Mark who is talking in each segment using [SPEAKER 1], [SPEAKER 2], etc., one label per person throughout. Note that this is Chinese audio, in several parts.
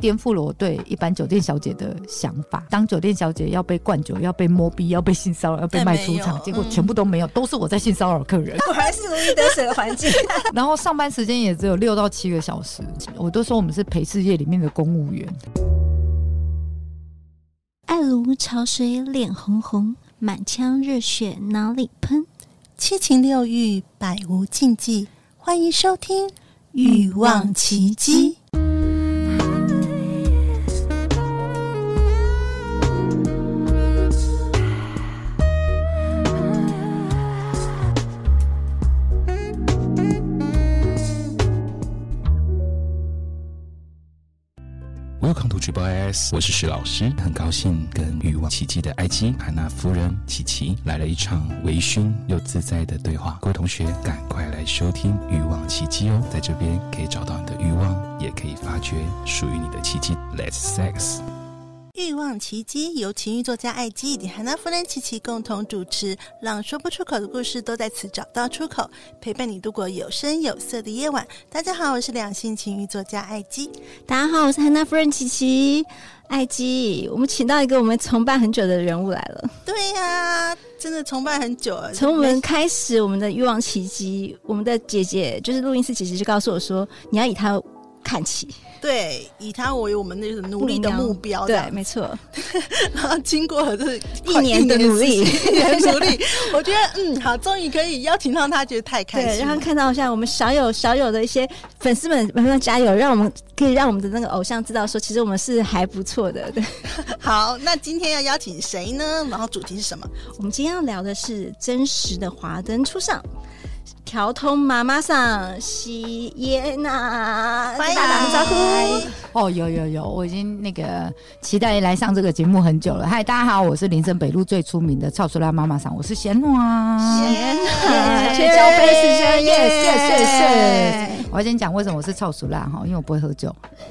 [SPEAKER 1] 颠覆了我对一般酒店小姐的想法。当酒店小姐要被灌酒、要被摸逼、要被性骚扰、要被卖出
[SPEAKER 2] 但没
[SPEAKER 1] 场，
[SPEAKER 2] 有
[SPEAKER 1] 结果
[SPEAKER 2] 嗯
[SPEAKER 1] 全部都没有，都是我在性骚扰客 人。
[SPEAKER 3] 果然是如鱼得水的环境。
[SPEAKER 1] 然后上班时间也只有六到七个小时，我都说我们是陪侍业里面的公务员。
[SPEAKER 4] 爱如潮水，脸红红，满腔热血哪里喷？
[SPEAKER 2] 七情六欲，百无禁忌。欢迎收听《
[SPEAKER 4] 欲望奇迹》。
[SPEAKER 5] Welcome to Triple IS，我是史老师，很高兴跟欲望奇迹的 IG 海娜夫人琪琪来了一场微醺又自在的对话。各位同学，赶快来收听欲望奇迹哦，在这边可以找到你的欲望，也可以发掘属于你的奇迹。Let's sex。
[SPEAKER 2] 欲望奇迹由情欲作家艾姬以及韩娜夫人琪琪共同主持，让说不出口的故事都在此找到出口，陪伴你度过有声有色的夜晚。大家好，我是两性情欲作家艾姬。
[SPEAKER 4] 大家好，我是汉娜夫人琪琪。艾姬，我们请到一个我们崇拜很久的人物来了。
[SPEAKER 2] 对呀、真的崇拜很久了，
[SPEAKER 4] 从我
[SPEAKER 2] 没
[SPEAKER 4] 们开始我们的欲望奇迹，我们的姐姐就是录音室姐姐就告诉我说，你要以她看齐，
[SPEAKER 2] 对以他为我们那种努力的目标，哦这
[SPEAKER 4] 对，
[SPEAKER 2] 样
[SPEAKER 4] 没错，
[SPEAKER 2] 然后经过了这
[SPEAKER 4] 一年的
[SPEAKER 2] 快
[SPEAKER 4] 努力
[SPEAKER 2] 时 间一年的努力，我觉得嗯，好，终于可以邀请到他，觉得太开
[SPEAKER 4] 对，
[SPEAKER 2] 心
[SPEAKER 4] 让
[SPEAKER 2] 了
[SPEAKER 4] 她。看到一下我们少有少有的一些粉丝们，慢慢加油，让我们可以让我们的那个偶像知道说，其实我们是还不错的。对，
[SPEAKER 2] 好，那今天要邀请谁呢？然后主题是什么？
[SPEAKER 4] 我们今天要聊的是真实的华灯初上。调通妈妈上西耶娜，
[SPEAKER 2] 欢迎
[SPEAKER 4] 大打个招呼。
[SPEAKER 1] 哦，有有有，我已经那个期待来上这个节目很久了。嗨，大家好，我是林森北路最出名的超出拉妈妈桑，我是贤诺啊。
[SPEAKER 2] 耶
[SPEAKER 1] 交杯时间，yes yes yes。我要先讲为什么我是超熟辣哈，因为我不会喝酒，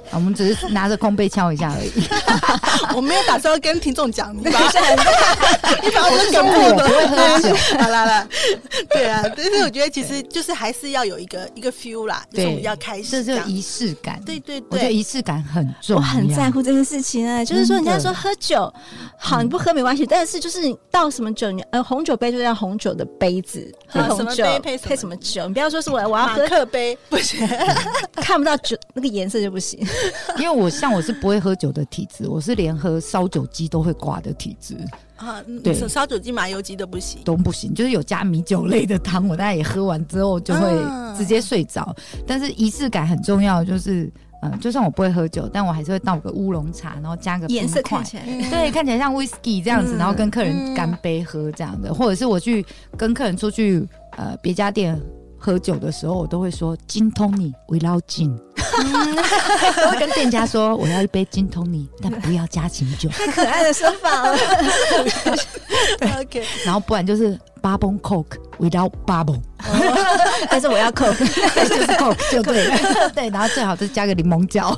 [SPEAKER 1] 啊我们只是拿着空杯敲一下 而已。
[SPEAKER 2] 我没有打算要跟听众讲，你把 你把我的梗破
[SPEAKER 1] 我不会喝酒
[SPEAKER 2] 的。好啦啦，对啊，但是我觉得其实就是还是要有一个一个 feel 啦，就是我们要开
[SPEAKER 1] 这
[SPEAKER 2] 始
[SPEAKER 1] 就
[SPEAKER 2] 这样。
[SPEAKER 1] 仪式感。
[SPEAKER 2] 对对
[SPEAKER 1] 我觉得
[SPEAKER 2] 对，
[SPEAKER 1] 仪式感很重
[SPEAKER 4] 我
[SPEAKER 1] 要，
[SPEAKER 4] 很在乎这件事情哎、就是说人家
[SPEAKER 1] 真的
[SPEAKER 4] 说喝酒好，你不喝没关系，但是就是你倒什么酒，你呃红酒杯就要红酒的杯子，喝
[SPEAKER 2] 对
[SPEAKER 4] 红酒
[SPEAKER 2] 什么杯配什么
[SPEAKER 4] 配什么酒，你不要说是我我要
[SPEAKER 2] 马
[SPEAKER 4] 喝
[SPEAKER 2] 克杯不行，
[SPEAKER 4] 看不到酒那个颜色就不行。
[SPEAKER 1] 因为我像我是不会喝酒的体质，我是连喝烧酒鸡都会挂的体质，
[SPEAKER 2] 啊，
[SPEAKER 1] 对
[SPEAKER 2] 嗯烧酒精、麻油鸡都不行。
[SPEAKER 1] 都不行。就是有加米酒类的汤，我大概也喝完之后就会
[SPEAKER 4] 啊
[SPEAKER 2] 嗯
[SPEAKER 1] 直接睡着。但是仪式感很重要，就是嗯、呃就算我不会喝酒，但我还是会倒个乌龙茶，然后加个冰
[SPEAKER 4] 颜色
[SPEAKER 1] 块
[SPEAKER 4] 看起来，
[SPEAKER 1] 对，看起来像 whisky 这样子，
[SPEAKER 4] 嗯
[SPEAKER 1] 然后跟客人干杯喝这样的，或者是我去跟客人出去呃别家店喝酒的时候，我都会说金通你，我要 金。我会跟店家说我要一杯金通尼，但不要加琴 酒，
[SPEAKER 4] 太可爱的说法了。
[SPEAKER 2] OK，
[SPEAKER 1] 然后不然就是 bubble coke without bubble，
[SPEAKER 2] 哦
[SPEAKER 4] 但是我要 扣，
[SPEAKER 1] 就是 coke 就对了，对，然后最好是加个柠檬角，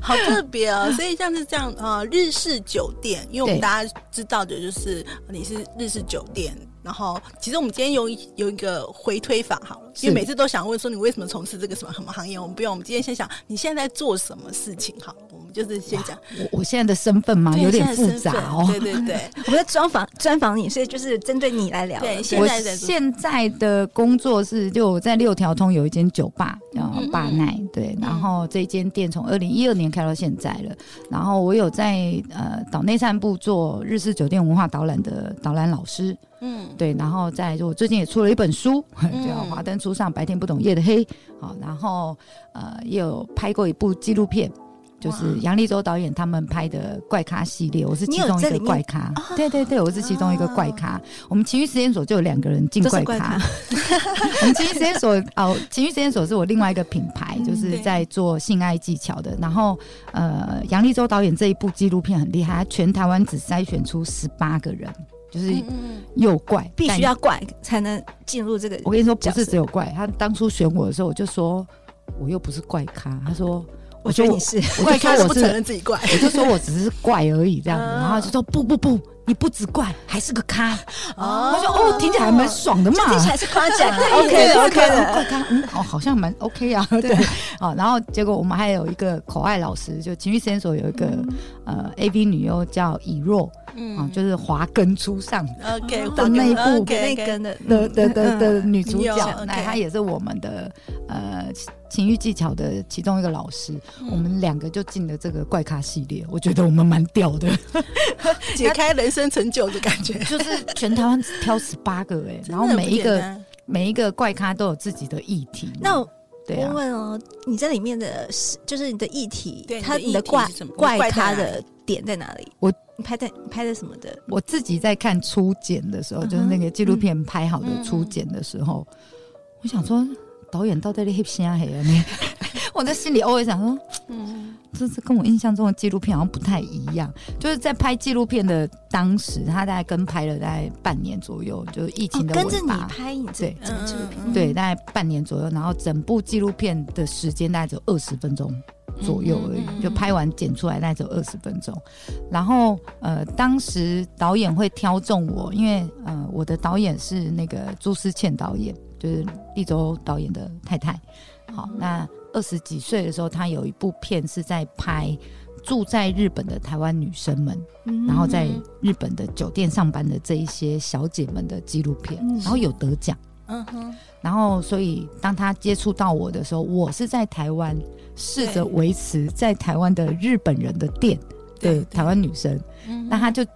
[SPEAKER 2] 好特别 哦。所以像是这样，呃，日式酒店，因为我们
[SPEAKER 1] 对
[SPEAKER 2] 大家知道的就是呃你是日式酒店。然后，其实我们今天有一有一个回推法好了，因为
[SPEAKER 1] 是
[SPEAKER 2] 每次都想问说你为什么从事这个什么什么行业，我们不用，我们今天先想你现在在做什么事情好了，我们就是先讲
[SPEAKER 1] 我我现在的身份嘛
[SPEAKER 2] 对
[SPEAKER 1] 有点
[SPEAKER 2] 现在
[SPEAKER 1] 复
[SPEAKER 2] 身份
[SPEAKER 1] 杂哦。
[SPEAKER 2] 对对对，
[SPEAKER 4] 我们在专访专访你，所以就是针对你来聊了。
[SPEAKER 2] 对现
[SPEAKER 1] 我
[SPEAKER 2] 在在做
[SPEAKER 1] 现在的工作是，就我在六条通有一间酒吧叫
[SPEAKER 2] 嗯嗯
[SPEAKER 1] 霸奈，对，然后这间店从二零一二年开到现在了，然后我有在呃岛内散步做日式酒店文化导览的导览老师，
[SPEAKER 2] 嗯，
[SPEAKER 1] 对，然后再来就我最近也出了一本书，
[SPEAKER 2] 嗯
[SPEAKER 1] 叫《华灯初上，白天不懂夜的黑》。好，然后呃也有拍过一部纪录片，就是
[SPEAKER 2] 哇
[SPEAKER 1] 杨立洲导演他们拍的怪咖系列，我是
[SPEAKER 4] 你
[SPEAKER 1] 其
[SPEAKER 4] 有
[SPEAKER 1] 中一
[SPEAKER 4] 在
[SPEAKER 1] 个
[SPEAKER 4] 里面啊
[SPEAKER 1] 怪咖。对对对，我是其中一个怪咖。我们情欲实验所就有两个人进
[SPEAKER 4] 都是
[SPEAKER 1] 怪
[SPEAKER 4] 怪
[SPEAKER 1] 咖。 我们情欲实验所哦，情欲实验所是我另外一个品牌，
[SPEAKER 4] 嗯
[SPEAKER 1] 就是
[SPEAKER 2] 对
[SPEAKER 1] 在做性爱技巧的。然后呃，杨立洲导演这一部纪录片很厉害，他全台湾只筛选出十八个人。就是
[SPEAKER 2] 嗯嗯
[SPEAKER 1] 又怪，
[SPEAKER 4] 必须
[SPEAKER 1] 但
[SPEAKER 4] 要怪才能进入这个。
[SPEAKER 1] 我跟你说，不
[SPEAKER 4] 角色
[SPEAKER 1] 是只有怪。他当初选我的时候，我就说我又不是怪咖。他说我
[SPEAKER 3] 我觉
[SPEAKER 1] 觉得
[SPEAKER 3] 得
[SPEAKER 1] 我
[SPEAKER 3] 你是
[SPEAKER 1] 我
[SPEAKER 2] 怪
[SPEAKER 1] 就说
[SPEAKER 2] 咖是
[SPEAKER 1] 我
[SPEAKER 2] 不承
[SPEAKER 1] 是，
[SPEAKER 2] 认自己怪，
[SPEAKER 1] 我就说我只是怪而已这样子，
[SPEAKER 3] 啊
[SPEAKER 1] 然后就说不不不，你不止怪，还是个咖。
[SPEAKER 2] 哦
[SPEAKER 1] 我说哦，听起来还蛮爽的嘛。
[SPEAKER 3] 听起来是夸
[SPEAKER 2] 啊
[SPEAKER 3] 奖
[SPEAKER 1] OK 的
[SPEAKER 3] 的
[SPEAKER 1] OK
[SPEAKER 4] 啊
[SPEAKER 1] 的，
[SPEAKER 3] 的。
[SPEAKER 1] 怪咖，嗯，哦，好像蛮 OK 啊，对，哦，然后结果我们还有一个口爱老师，就情绪实验所有一个呃 AV 女优叫以若，啊，就是华根初上
[SPEAKER 2] 嗯 OK
[SPEAKER 1] 的那一部
[SPEAKER 2] 那
[SPEAKER 3] 那根的
[SPEAKER 1] 的的的的女主
[SPEAKER 2] 有
[SPEAKER 1] 角，
[SPEAKER 2] OK
[SPEAKER 1] 那她也是我们的呃情欲技巧的其中一个老师，我们两个就进了这个怪咖系列，我觉得我们蛮屌的，
[SPEAKER 2] 解开人生成就的感觉。
[SPEAKER 1] 就是全台湾挑十八个哎， 然后
[SPEAKER 2] 真的
[SPEAKER 1] 每一
[SPEAKER 2] 不简
[SPEAKER 1] 个
[SPEAKER 2] 单
[SPEAKER 1] 每一个怪咖都有自己的议题，
[SPEAKER 4] 那我
[SPEAKER 1] 对啊，
[SPEAKER 4] 问哦，你在里面的是，就是你的议题
[SPEAKER 2] 对，
[SPEAKER 4] 它
[SPEAKER 2] 你的议题
[SPEAKER 4] 的怪
[SPEAKER 2] 是什么怪
[SPEAKER 4] 怪
[SPEAKER 2] 在哪
[SPEAKER 4] 咖
[SPEAKER 2] 里
[SPEAKER 4] 的点在哪里？
[SPEAKER 1] 我
[SPEAKER 4] 你拍在你拍的什么的？
[SPEAKER 1] 我自己在看初剪的时候，
[SPEAKER 4] 嗯哼
[SPEAKER 1] 就是那个纪录片拍好的初剪的时候，我想说导演到底在黑瞎黑啊你？ 我在心里偶尔想说，
[SPEAKER 2] 嗯
[SPEAKER 1] 这次跟我印象中的纪录片好像不太一样。就是在拍纪录片的当时，他大概跟拍了大概半年左右，就是疫
[SPEAKER 4] 哦
[SPEAKER 1] 情的
[SPEAKER 4] 跟着
[SPEAKER 1] 尾
[SPEAKER 4] 你
[SPEAKER 1] 巴。
[SPEAKER 4] 拍你这
[SPEAKER 1] 对
[SPEAKER 4] 整个纪录
[SPEAKER 2] 嗯嗯嗯
[SPEAKER 4] 片，
[SPEAKER 1] 对，大概半年左右，然后整部纪录片的时间大概只有二十分钟左右而已，
[SPEAKER 2] 嗯嗯嗯嗯
[SPEAKER 1] 就拍完剪出来大概只有二十分钟。然后呃，当时导演会挑中我，因为呃，我的导演是那个朱思倩导演，就是立州导演的太太。好，那二十几岁的时候，她有一部片是在拍住在日本的台湾女生们，
[SPEAKER 4] 嗯
[SPEAKER 1] 然后在日本的酒店上班的这一些小姐们的纪录片，
[SPEAKER 4] 嗯
[SPEAKER 1] 然后有得奖。
[SPEAKER 2] 嗯哼，
[SPEAKER 1] 然后，所以当他接触到我的时候，我是在台湾试着维持在台湾的日本人的店的台湾女生，
[SPEAKER 2] 嗯
[SPEAKER 1] 那他就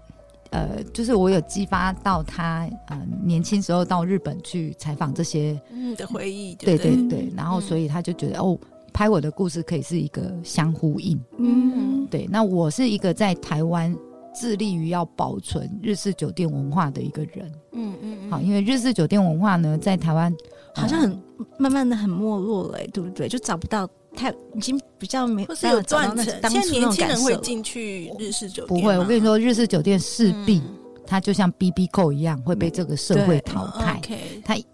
[SPEAKER 1] 呃，就是我有激发到他呃年轻时候到日本去采访这些，
[SPEAKER 2] 嗯的回忆，
[SPEAKER 1] 对
[SPEAKER 2] 对
[SPEAKER 1] 对
[SPEAKER 2] 了，
[SPEAKER 1] 对，然后
[SPEAKER 2] 嗯
[SPEAKER 1] 所以他就觉得哦，拍我的故事可以是一个相呼应，
[SPEAKER 4] 嗯
[SPEAKER 1] 对，那我是一个在台湾致力于要保存日式酒店文化的一个人，
[SPEAKER 2] 嗯嗯
[SPEAKER 1] 好，因为日式酒店文化呢，在台湾
[SPEAKER 4] 好像很慢慢的很没落了、欸，对不对？就找不到太已经比较没，
[SPEAKER 2] 或是有
[SPEAKER 4] 找到
[SPEAKER 2] 断
[SPEAKER 4] 那
[SPEAKER 2] 层，
[SPEAKER 4] 当
[SPEAKER 2] 现
[SPEAKER 4] 初
[SPEAKER 2] 在
[SPEAKER 4] 那
[SPEAKER 2] 年
[SPEAKER 4] 种
[SPEAKER 2] 轻
[SPEAKER 4] 感
[SPEAKER 2] 人
[SPEAKER 4] 受
[SPEAKER 2] 会
[SPEAKER 4] 了。
[SPEAKER 2] 进去日式酒
[SPEAKER 1] 不
[SPEAKER 2] 店吗，
[SPEAKER 1] 会，我跟你说，日式酒店势
[SPEAKER 2] 嗯，
[SPEAKER 1] 必它就像 B B 扣一样会被这个社会淘汰，
[SPEAKER 2] 嗯 OK，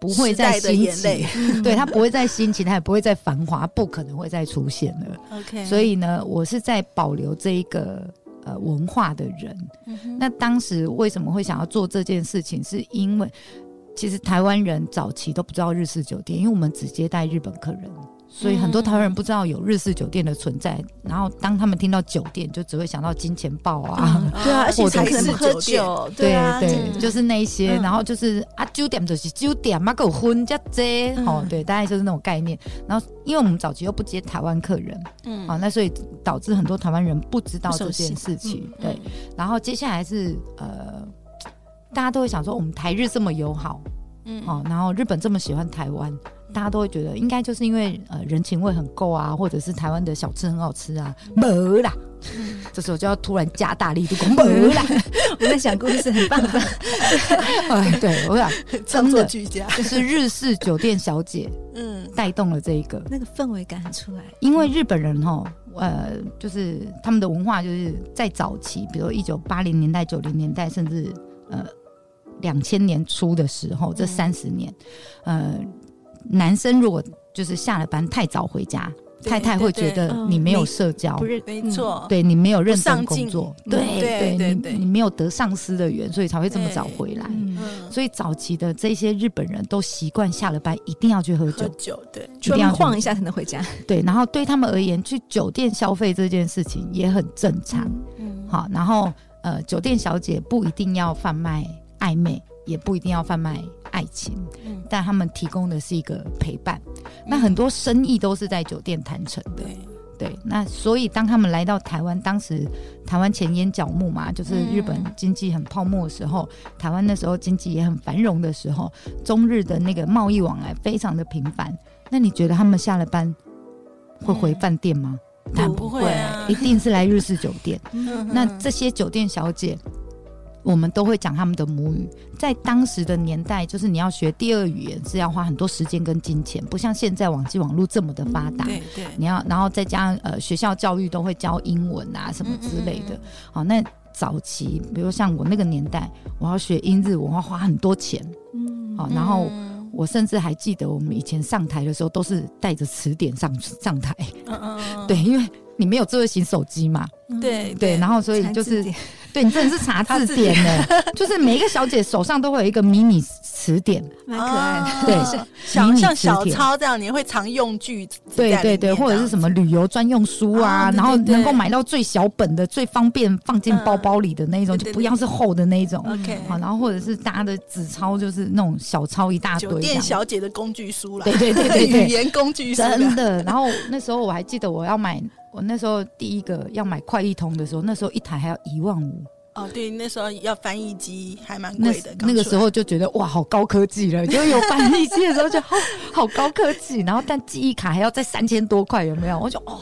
[SPEAKER 1] 不会再
[SPEAKER 2] 时代的
[SPEAKER 1] 兴
[SPEAKER 2] 眼
[SPEAKER 1] 起
[SPEAKER 2] 泪。
[SPEAKER 1] 对，它不会再兴起，它也不会再繁华，不可能会再出现了。
[SPEAKER 2] OK，
[SPEAKER 1] 所以呢，我是在保留这一个呃文化的人。
[SPEAKER 2] 嗯哼
[SPEAKER 1] 那当时为什么会想要做这件事情，是因为其实台湾人早期都不知道日式酒店，因为我们只接待日本客人。所以很多台湾人不知道有日式酒店的存
[SPEAKER 2] 嗯
[SPEAKER 1] 在，然后当他们听到酒店，就只会想到金钱豹啊，
[SPEAKER 2] 嗯
[SPEAKER 4] 对啊，而且
[SPEAKER 1] 或
[SPEAKER 4] 你
[SPEAKER 1] 者
[SPEAKER 4] 才可能
[SPEAKER 1] 是
[SPEAKER 4] 不喝，酒，
[SPEAKER 1] 对
[SPEAKER 4] 啊，
[SPEAKER 1] 对，就是那一些，
[SPEAKER 4] 嗯
[SPEAKER 1] 然后就是啊，九点就是九点嘛，给我婚加这，哦，对，大概就是那种概念。然后，因为我们早期又不接台湾客人，
[SPEAKER 2] 嗯
[SPEAKER 1] 啊，那所以导致很多台湾人不知道
[SPEAKER 4] 不
[SPEAKER 1] 这
[SPEAKER 4] 熟悉
[SPEAKER 1] 件事情，
[SPEAKER 2] 嗯
[SPEAKER 1] 对。然后接下来是呃，大家都会想说，我们台日这么友好，
[SPEAKER 2] 嗯
[SPEAKER 1] 哦，然后日本这么喜欢台湾，大家都会觉得应该就是因为呃人情味很够啊，或者是台湾的小吃很好吃啊，没啦。这时候就要突然加大力度讲没啦，
[SPEAKER 4] 我在想故事很棒的，
[SPEAKER 1] 哎，对我想
[SPEAKER 2] 创
[SPEAKER 1] 真
[SPEAKER 2] 作
[SPEAKER 1] 的
[SPEAKER 2] 俱 佳，
[SPEAKER 1] 就是日式酒店小姐
[SPEAKER 2] 嗯
[SPEAKER 1] 带动了这一个，
[SPEAKER 4] 那个氛围感很出来。
[SPEAKER 1] 因为日本人哈，呃，就是他们的文化就是在早期，比如一九八零年代、九零年代，甚至呃两千年初的时候，这
[SPEAKER 2] 嗯
[SPEAKER 1] 三十年，呃，男生如果就是下了班太早回家，
[SPEAKER 2] 对
[SPEAKER 1] 太太会
[SPEAKER 2] 对
[SPEAKER 1] 觉
[SPEAKER 2] 对
[SPEAKER 1] 得
[SPEAKER 4] 嗯
[SPEAKER 1] 你没有
[SPEAKER 4] 没
[SPEAKER 1] 社交，
[SPEAKER 4] 不认，
[SPEAKER 2] 没
[SPEAKER 4] 嗯，
[SPEAKER 2] 错，
[SPEAKER 1] 对你没有认真
[SPEAKER 2] 上
[SPEAKER 1] 工
[SPEAKER 2] 进
[SPEAKER 1] 作，
[SPEAKER 4] 嗯
[SPEAKER 1] 对
[SPEAKER 2] 对对对
[SPEAKER 1] 你你没有得上司的缘，所以才会这么
[SPEAKER 2] 对
[SPEAKER 1] 早回来。
[SPEAKER 4] 嗯，
[SPEAKER 2] 嗯，
[SPEAKER 1] 所以早期的这些日本人都习惯下了班一定要去喝
[SPEAKER 2] 喝
[SPEAKER 1] 酒，
[SPEAKER 2] 酒对，
[SPEAKER 1] 一定
[SPEAKER 4] 出门
[SPEAKER 1] 要
[SPEAKER 4] 晃一下才能回家，
[SPEAKER 1] 对，然后对他们而言，去酒店消费这件事情也很正常。
[SPEAKER 2] 嗯
[SPEAKER 1] 好，然后呃，酒店小姐不一定要贩卖暧昧，也不一定要贩卖爱情，
[SPEAKER 2] 嗯
[SPEAKER 1] 但他们提供的是一个陪伴。那很多生意都是在酒店谈成的。
[SPEAKER 2] 对，
[SPEAKER 1] 对，那所以当他们来到台湾，当时台湾前烟角木嘛，就是日本
[SPEAKER 2] 嗯
[SPEAKER 1] 经济很泡沫的时候，台湾那时候经济也很繁荣的时候，中日的那个贸易往来非常的频繁。那你觉得他们下了班会回
[SPEAKER 2] 嗯
[SPEAKER 1] 饭店吗？当然不
[SPEAKER 2] 不会啊
[SPEAKER 1] 一定是来日式酒店。
[SPEAKER 2] 嗯
[SPEAKER 1] 那这些酒店小姐，我们都会讲他们的母语。在当时的年代，就是你要学第二语言是要花很多时间跟金钱，不像现在网际网络这么的发达。
[SPEAKER 2] 嗯对对
[SPEAKER 1] 你要，然后再加上呃，学校教育都会教英文啊什么之类的
[SPEAKER 2] 嗯嗯。
[SPEAKER 1] 好、那早期，比如像我那个年代，我要学英日文，我要花很多钱。
[SPEAKER 4] 嗯
[SPEAKER 1] 好、然后
[SPEAKER 2] 嗯
[SPEAKER 1] 我甚至还记得我们以前上台的时候都是带着词典上上台，
[SPEAKER 2] 嗯嗯，
[SPEAKER 1] 对，因为你没有智慧型手机嘛，
[SPEAKER 2] 嗯对
[SPEAKER 1] 对，然后所以
[SPEAKER 3] 查
[SPEAKER 1] 就
[SPEAKER 3] 字
[SPEAKER 1] 是
[SPEAKER 3] 典
[SPEAKER 1] 对你真的是查字典 呢，就是每一个小姐手上都会有一个迷你词典，
[SPEAKER 3] 蛮可爱的。
[SPEAKER 1] 对
[SPEAKER 2] 哦
[SPEAKER 1] 是
[SPEAKER 2] 小
[SPEAKER 1] 迷你
[SPEAKER 2] 像
[SPEAKER 1] 字
[SPEAKER 2] 小
[SPEAKER 1] 典
[SPEAKER 2] 抄这样，你会常用句子在
[SPEAKER 1] 对
[SPEAKER 2] 里
[SPEAKER 1] 对对，
[SPEAKER 2] 面
[SPEAKER 1] 或者
[SPEAKER 2] 这
[SPEAKER 1] 是
[SPEAKER 2] 样
[SPEAKER 1] 什么旅游专用书啊，
[SPEAKER 2] 啊对
[SPEAKER 1] 然后
[SPEAKER 2] 对对
[SPEAKER 1] 能够买到最小本的、最方便放进包包里的那一种，
[SPEAKER 2] 嗯
[SPEAKER 1] 就
[SPEAKER 2] 对对嗯
[SPEAKER 1] 不要是厚的那一种。
[SPEAKER 2] OK
[SPEAKER 1] 好，然后或者是大家的纸钞，就是那种小钞一大堆
[SPEAKER 2] 酒
[SPEAKER 1] 这
[SPEAKER 2] 店
[SPEAKER 1] 样。
[SPEAKER 2] 小姐的工具书啦
[SPEAKER 1] 对，对对对
[SPEAKER 2] 语
[SPEAKER 1] 对，
[SPEAKER 2] 言工具书啦，
[SPEAKER 1] 真的。然后那时候我还记得我要买，我那时候第一个要买快易通的时候，那时候一台还要一万五，
[SPEAKER 2] 哦，对，那时候要翻译机还蛮
[SPEAKER 1] 那
[SPEAKER 2] 贵的，
[SPEAKER 1] 那个时候就觉得哇，好高科技了，就有翻译机的时候就 好好高科技，然后但记忆卡还要再三千多块，有没有？我就哦，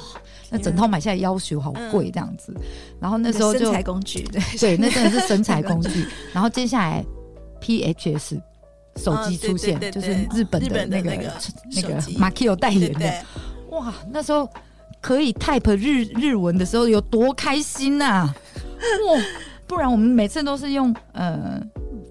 [SPEAKER 1] 那整套买下来要求好
[SPEAKER 2] 嗯
[SPEAKER 1] 贵这样子，然后那时候
[SPEAKER 3] 身
[SPEAKER 1] 就
[SPEAKER 3] 材工具，对，
[SPEAKER 1] 对，那真的是身 材工具。然后接下来 PHS 手机
[SPEAKER 2] 嗯对
[SPEAKER 1] 出现，
[SPEAKER 2] 对对
[SPEAKER 1] 就是
[SPEAKER 2] 对
[SPEAKER 1] 日本
[SPEAKER 2] 日
[SPEAKER 1] 的
[SPEAKER 2] 本的
[SPEAKER 1] 那个
[SPEAKER 2] 那个
[SPEAKER 1] 那个
[SPEAKER 2] 手机
[SPEAKER 1] m a k i o 代
[SPEAKER 2] 刚出来
[SPEAKER 1] 言
[SPEAKER 2] 对
[SPEAKER 1] 的，
[SPEAKER 2] 对，
[SPEAKER 1] 哇，那时候可以 type 日日文的时候有多开心 呐、哇、不然我们每次都是用呃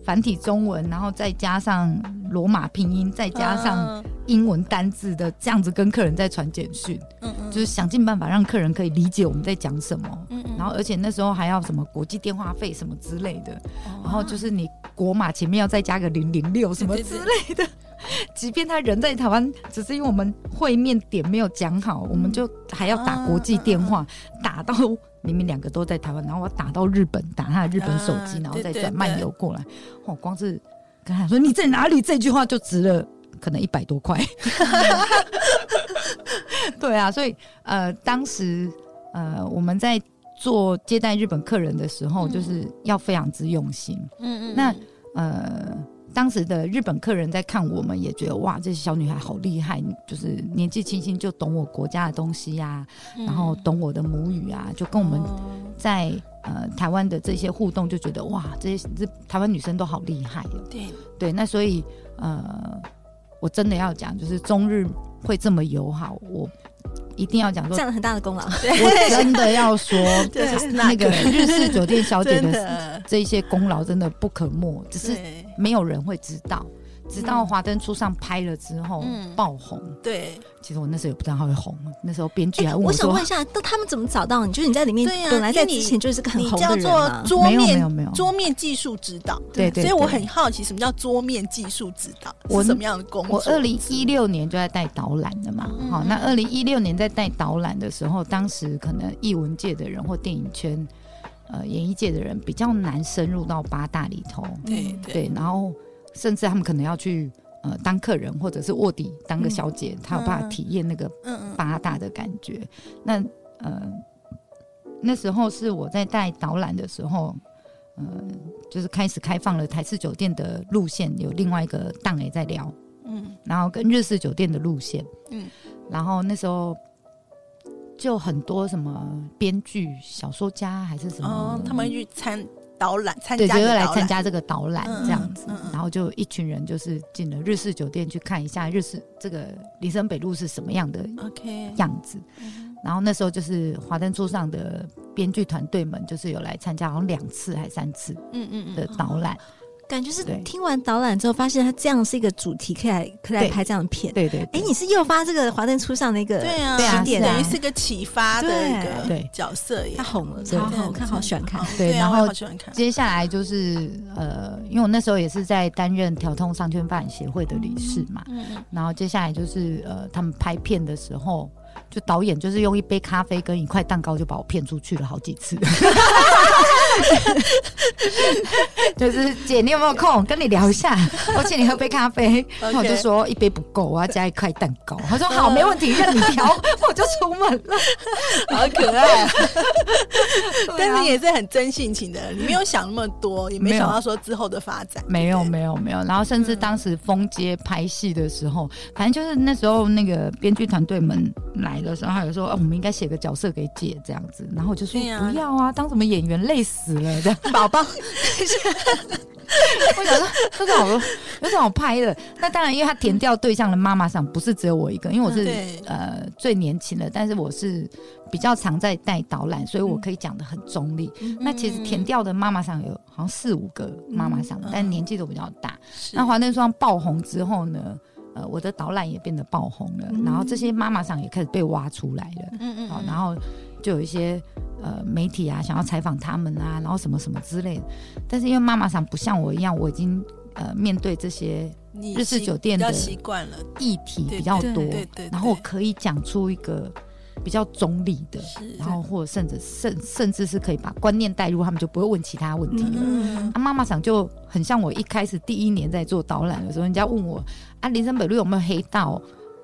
[SPEAKER 1] 繁体中文，然后再加上罗马拼音，再加上
[SPEAKER 2] 嗯
[SPEAKER 1] 英文单字的这样子跟客人在传简讯，
[SPEAKER 2] 嗯嗯
[SPEAKER 1] 就是想尽办法让客人可以理解我们在讲什么。
[SPEAKER 2] 嗯嗯
[SPEAKER 1] 然后，而且那时候还要什么国际电话费什么之类的，
[SPEAKER 2] 嗯
[SPEAKER 1] 然后就是你国码前面要再加个零零六什么之类
[SPEAKER 2] 类的，
[SPEAKER 1] 即便他人在台湾，只是因为我们会面点没有讲好，我们就还要打国际电
[SPEAKER 2] 啊
[SPEAKER 1] 话，打到明明两个都在台湾，然后我打到日本，打他的日本手机，
[SPEAKER 2] 啊
[SPEAKER 1] 然后再
[SPEAKER 2] 对对
[SPEAKER 1] 转漫游过来。我、光是跟他说你在哪里这句话就值了。可能一百多块， 对啊，所以呃，当时呃，我们在做接待日本客人的时候，
[SPEAKER 2] 嗯
[SPEAKER 1] 就是要非常之用心。
[SPEAKER 2] 嗯嗯，
[SPEAKER 1] 那呃，当时的日本客人在看我们，也觉得哇，这些小女孩好厉害，就是年纪轻轻就懂我国家的东西呀、
[SPEAKER 2] 嗯
[SPEAKER 1] 然后懂我的母语啊，就跟我们
[SPEAKER 2] 哦
[SPEAKER 1] 在呃台湾的这些互动，就觉得哇，这些日台湾女生都好厉害哦。
[SPEAKER 2] 对
[SPEAKER 1] 对，那所以呃，我真的要讲，就是中日会这么友好，我一定要讲说
[SPEAKER 3] 占，了很大的功劳。
[SPEAKER 1] 我真的要说
[SPEAKER 2] 对就是
[SPEAKER 1] 那个日式酒店小 姐
[SPEAKER 2] 真
[SPEAKER 1] 的
[SPEAKER 2] 的
[SPEAKER 1] 这一些功劳真的不可没，只是
[SPEAKER 2] 对
[SPEAKER 1] 没有人会知道，直到《华灯初上》拍了之后、
[SPEAKER 2] 嗯
[SPEAKER 1] 爆红。
[SPEAKER 2] 对
[SPEAKER 1] 其实我那时候也不知道他会红，那时候编剧还问
[SPEAKER 3] 我
[SPEAKER 1] 说
[SPEAKER 3] 想啊问一：“下，那他们怎么找到你？就是你在里面
[SPEAKER 2] 对呀
[SPEAKER 3] 本来在
[SPEAKER 2] 因为你
[SPEAKER 3] 之前就是个很
[SPEAKER 2] 你
[SPEAKER 3] 红
[SPEAKER 2] 叫
[SPEAKER 3] 的人啊
[SPEAKER 2] 做
[SPEAKER 3] 嘛，
[SPEAKER 2] 桌
[SPEAKER 1] 啊没有没有
[SPEAKER 2] 面
[SPEAKER 1] 没有，
[SPEAKER 2] 桌面技术指导，
[SPEAKER 1] 对对
[SPEAKER 2] 所以我
[SPEAKER 1] 对
[SPEAKER 2] 很好奇什么叫桌面技术指导
[SPEAKER 1] 我
[SPEAKER 2] 是什么样的工作？
[SPEAKER 1] 我二零一六年就在带导览的嘛，
[SPEAKER 2] 嗯
[SPEAKER 1] 好、那二零一六年在带导览的时候，当时可能艺文界的人或电影圈、呃演艺界的人比较难深入到八大里头，
[SPEAKER 2] 对对
[SPEAKER 1] 嗯对，然后甚至他们可能要去呃当客人或者是卧底当个小姐，他有办法体验那个
[SPEAKER 2] 嗯嗯
[SPEAKER 1] 八大的感觉。那呃，那时候是我在带导览的时候，呃，就是开始开放了台式酒店的路线，有另外一个档也在聊，
[SPEAKER 2] 嗯
[SPEAKER 1] 然后跟日式酒店的路线，
[SPEAKER 2] 嗯
[SPEAKER 1] 然后那时候。就很多什么编剧、小说家还是什
[SPEAKER 2] 嗯，
[SPEAKER 1] 么，
[SPEAKER 2] 哦，他们会去参导览参
[SPEAKER 1] 对，
[SPEAKER 2] 加
[SPEAKER 1] 就是
[SPEAKER 2] 你的
[SPEAKER 1] 来
[SPEAKER 2] 导
[SPEAKER 1] 参
[SPEAKER 2] 览
[SPEAKER 1] 加这个导览这样子
[SPEAKER 2] 嗯嗯嗯，
[SPEAKER 1] 然后就一群人就是进了日式酒店去看一下日式这个林森北路是什么样的
[SPEAKER 2] OK
[SPEAKER 1] 样子。
[SPEAKER 2] 嗯
[SPEAKER 1] 然后那时候就是《华灯初上》的编剧团队们，就是有来参加，好像两次还三次
[SPEAKER 2] 嗯嗯
[SPEAKER 1] 的
[SPEAKER 2] 嗯，
[SPEAKER 1] 导览。
[SPEAKER 3] 感觉是
[SPEAKER 1] 对
[SPEAKER 3] 听完导览之后，发现它这样是一个主题，可以来可以来
[SPEAKER 1] 对
[SPEAKER 3] 拍这样的片。
[SPEAKER 1] 对对
[SPEAKER 3] 哎
[SPEAKER 1] 对，，
[SPEAKER 3] 你是诱发这个华灯初上的一个，
[SPEAKER 2] 对啊，
[SPEAKER 1] 对啊
[SPEAKER 2] 是
[SPEAKER 1] 是啊
[SPEAKER 2] 等于是个启发的一
[SPEAKER 3] 对
[SPEAKER 2] 个
[SPEAKER 1] 对
[SPEAKER 2] 角色耶
[SPEAKER 3] 它。红了，
[SPEAKER 1] 对
[SPEAKER 3] 超好，我看好喜欢看
[SPEAKER 2] 哦。
[SPEAKER 1] 对
[SPEAKER 2] 对啊，
[SPEAKER 1] 然
[SPEAKER 2] 我也
[SPEAKER 1] 后
[SPEAKER 2] 好喜欢看。
[SPEAKER 1] 接下来就是呃，因为我那时候也是在担任调通商圈发展协会的理事嘛，
[SPEAKER 2] 嗯嗯
[SPEAKER 1] 然后接下来就是呃，他们拍片的时候，就导演就是用一杯咖啡跟一块蛋糕就把我骗出去了好几次。 就是姐，你有没有空跟你聊一下？我请你喝杯咖啡，然后我就说一杯不够，我要加一块蛋糕。他说好，没问题，让你调，我就出门了。
[SPEAKER 2] 好可 爱，
[SPEAKER 1] 对
[SPEAKER 2] 但
[SPEAKER 1] 啊
[SPEAKER 2] 是也是很真性情的，你没有想那么多，也没
[SPEAKER 1] 没有
[SPEAKER 2] 想到说之后的发展。
[SPEAKER 1] 没有
[SPEAKER 2] 对不对嗯
[SPEAKER 1] 没有没有，然后甚至当时封街拍戏的时候，反正就是那时候那个编剧团队们来的时候，他有说、啊、我们应该写个角色给姐这样子，然后我就说、啊
[SPEAKER 2] 对呀
[SPEAKER 1] 不要啊，当什么演员累死了这样，
[SPEAKER 2] 宝宝，
[SPEAKER 1] 我想说这种我有种我拍的，那当然因为他填掉对象的妈妈上不是只有我一个，因为我是、
[SPEAKER 2] 嗯对
[SPEAKER 1] 呃最年轻的，但是我是比较常在带导览，所以
[SPEAKER 2] 嗯
[SPEAKER 1] 我可以讲的很中立。
[SPEAKER 3] 嗯
[SPEAKER 1] 那其实填掉的妈妈上有好像四五个妈妈上，
[SPEAKER 2] 嗯
[SPEAKER 1] 但年纪都比较大。
[SPEAKER 2] 是
[SPEAKER 1] 那华灯双爆红之后呢，呃，我的导览也变得爆红了，然后这些妈妈上也开始被挖出来了。
[SPEAKER 2] 嗯嗯
[SPEAKER 1] 好，
[SPEAKER 2] 嗯
[SPEAKER 1] 然后就有一些呃媒体啊想要采访他们啊，然后什么什么之类的。但是因为妈妈桑不像我一样，我已经呃面对这些
[SPEAKER 2] 你
[SPEAKER 1] 日式
[SPEAKER 2] 习
[SPEAKER 1] 酒店
[SPEAKER 2] 比较
[SPEAKER 1] 的
[SPEAKER 2] 习惯了，
[SPEAKER 1] 议题
[SPEAKER 2] 对
[SPEAKER 1] 比较
[SPEAKER 2] 对
[SPEAKER 1] 多，
[SPEAKER 2] 对对，
[SPEAKER 1] 然后我
[SPEAKER 2] 对
[SPEAKER 1] 可以讲出一个比较中立的，
[SPEAKER 2] 是
[SPEAKER 1] 然后或者甚至甚甚至是可以把观念带入，他们就不会问其他问题了。
[SPEAKER 2] 嗯
[SPEAKER 1] 啊，妈妈桑就很像我一开始第一年在做导览的时候，人家问我啊，林森北路有没有黑道？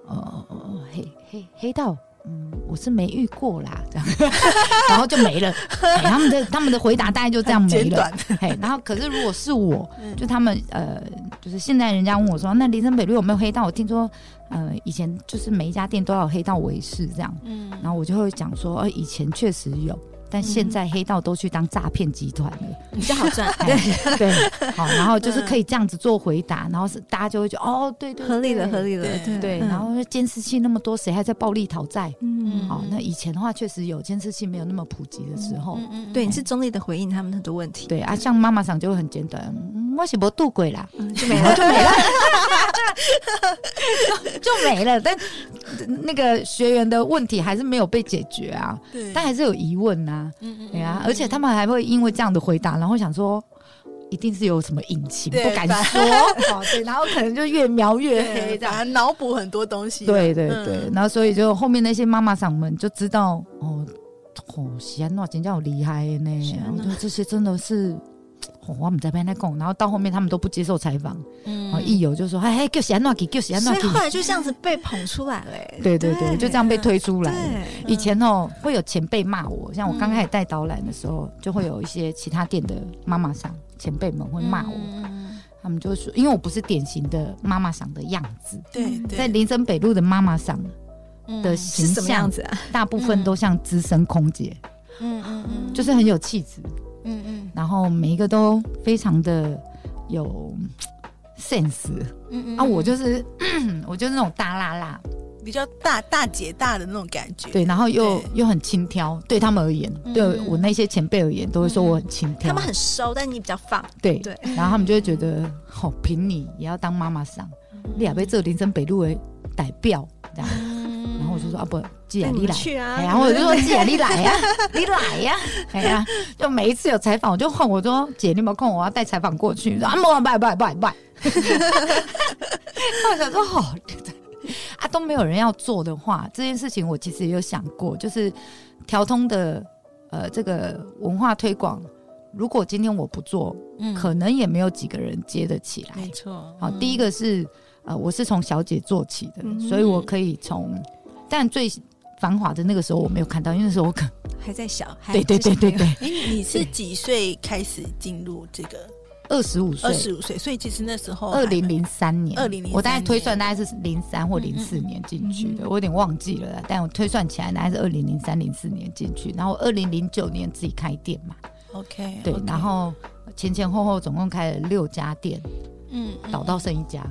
[SPEAKER 1] 呃，黑黑黑道，嗯，我是没遇过啦，这样， 然后就没 了。哎他们的他们的回答大概就这样没
[SPEAKER 2] 简
[SPEAKER 1] 了
[SPEAKER 2] 短。
[SPEAKER 1] 嘿，然后可是如果是我，
[SPEAKER 2] 嗯
[SPEAKER 1] 就他们呃，就是现在人家问我说，那林森北路有没有黑道？我听说，呃，以前就是每一家店都要有黑道维士这样，
[SPEAKER 2] 嗯
[SPEAKER 1] 然后我就会讲说，呃，以前确实有。但现
[SPEAKER 2] 嗯
[SPEAKER 1] 在黑道都去当诈骗集团了，
[SPEAKER 3] 比较好赚，
[SPEAKER 1] 对对，好，然后就是可以这样子做回答，然后是大家就会觉得哦，对对，
[SPEAKER 3] 合理了，
[SPEAKER 1] 对
[SPEAKER 3] 合理了，
[SPEAKER 2] 对
[SPEAKER 1] 对，
[SPEAKER 3] 嗯
[SPEAKER 1] 然后监视器那么多，谁还在暴力讨债？
[SPEAKER 3] 嗯，
[SPEAKER 1] 哦，那以前的话确实有监视器没有那么普及的时候，
[SPEAKER 2] 嗯
[SPEAKER 3] 对，你是中立的回应他们很多问题，
[SPEAKER 1] 对啊，像妈妈桑就会很简短，嗯我是不渡鬼啦，
[SPEAKER 3] 嗯，就没 了，就没了，
[SPEAKER 1] 就没了。但那个学员的问题还是没有被解决啊，
[SPEAKER 2] 对，
[SPEAKER 1] 但还是有疑问啊，
[SPEAKER 2] 嗯
[SPEAKER 1] 对啊，而且他们还会因为这样的回答，然后想说。一定是有什么隐情，
[SPEAKER 2] 对
[SPEAKER 1] 不敢说， 哦对，然后可能就越描越黑
[SPEAKER 2] 对，
[SPEAKER 1] 这样
[SPEAKER 2] 反。而脑补很多东西，
[SPEAKER 1] 对对
[SPEAKER 2] 嗯
[SPEAKER 1] 对，然后所以就后面那些妈妈嗓们就知道哦，哦，西安诺真叫厉害的呢
[SPEAKER 3] 是，啊
[SPEAKER 1] 我觉得这些真的是。哦、我们在边在讲，然后到后面他们都不接受采访，
[SPEAKER 2] 嗯
[SPEAKER 1] 然后一友就说：“哎，哎叫喜安诺给，叫喜安诺
[SPEAKER 3] 所以
[SPEAKER 1] 给。
[SPEAKER 3] 后来就这样子被捧出来了，哎”
[SPEAKER 1] 对对对，就这样被推出来了。
[SPEAKER 3] 对，
[SPEAKER 1] 以前哦，
[SPEAKER 2] 嗯
[SPEAKER 1] 会有前辈骂我，像我刚开始带导览的时候，就会有一些其他店的妈妈桑前辈们会骂我，
[SPEAKER 2] 嗯
[SPEAKER 1] 他们就说，因为我不是典型的妈妈桑的样子，
[SPEAKER 2] 对对，
[SPEAKER 1] 在林森北路的妈妈桑的
[SPEAKER 2] 嗯
[SPEAKER 1] 形
[SPEAKER 3] 是什么
[SPEAKER 1] 象
[SPEAKER 3] 样子啊？
[SPEAKER 1] 大部分都像资深空姐，
[SPEAKER 2] 嗯嗯嗯，
[SPEAKER 1] 就是很有气质，
[SPEAKER 2] 嗯嗯
[SPEAKER 1] 然后每一个都非常的有嗯 sense
[SPEAKER 2] 嗯嗯
[SPEAKER 1] 啊，我就是、 我就是那种大辣辣，
[SPEAKER 2] 比较大大姐大的那种感觉，
[SPEAKER 1] 对，然后又
[SPEAKER 2] 对
[SPEAKER 1] 又很轻佻，对他们而言，
[SPEAKER 2] 嗯
[SPEAKER 1] 对我那些前辈而言，都会说我很轻佻，
[SPEAKER 3] 他们很收，但你比较放，
[SPEAKER 1] 对，
[SPEAKER 3] 对
[SPEAKER 1] 然后他们就会觉得，好、凭你也要当妈妈桑，
[SPEAKER 3] 嗯
[SPEAKER 1] 你也被这林森北路的代表这样，
[SPEAKER 2] 嗯，
[SPEAKER 1] 然后我就说啊不，既
[SPEAKER 3] 带
[SPEAKER 1] 然你
[SPEAKER 3] 你
[SPEAKER 1] 来。
[SPEAKER 3] 去啊，
[SPEAKER 1] 哎呀，我就 说姐，你来呀、你来呀、哎呀，就每一次有采访，我就换我说姐，你有没有空？我要带采访过去。然后啊，莫拜拜拜拜。 我想说，哦， 啊，都没有人要做的话，这件事情我其实也有想过，就是调通的呃这个文化推广，如果今天我不做，可能也没有几个人接得起来
[SPEAKER 2] 嗯没。错，
[SPEAKER 1] 好，第一个是呃，我是从小姐做起的，
[SPEAKER 3] 嗯
[SPEAKER 1] 所以我可以从，但最繁华的那个时候我没有看到，因为那时候我可
[SPEAKER 3] 还在小，还
[SPEAKER 1] 对对对对，对，
[SPEAKER 2] 哎，你是几岁开始进入这个？
[SPEAKER 1] 二十五
[SPEAKER 2] 二
[SPEAKER 1] 岁，
[SPEAKER 2] 十五哦岁，所以其实那时候
[SPEAKER 1] 二零零三年，
[SPEAKER 2] 2003年嗯
[SPEAKER 1] 我大概推算大概是零三或零四年进去的，我有点忘记了啦，但我推算起来大概是二零零三零四年进去，然后二零零九年自己开店嘛，
[SPEAKER 2] OK
[SPEAKER 1] 对，然后前前后后总共开了六家店，
[SPEAKER 2] 嗯
[SPEAKER 1] 倒到剩一 家，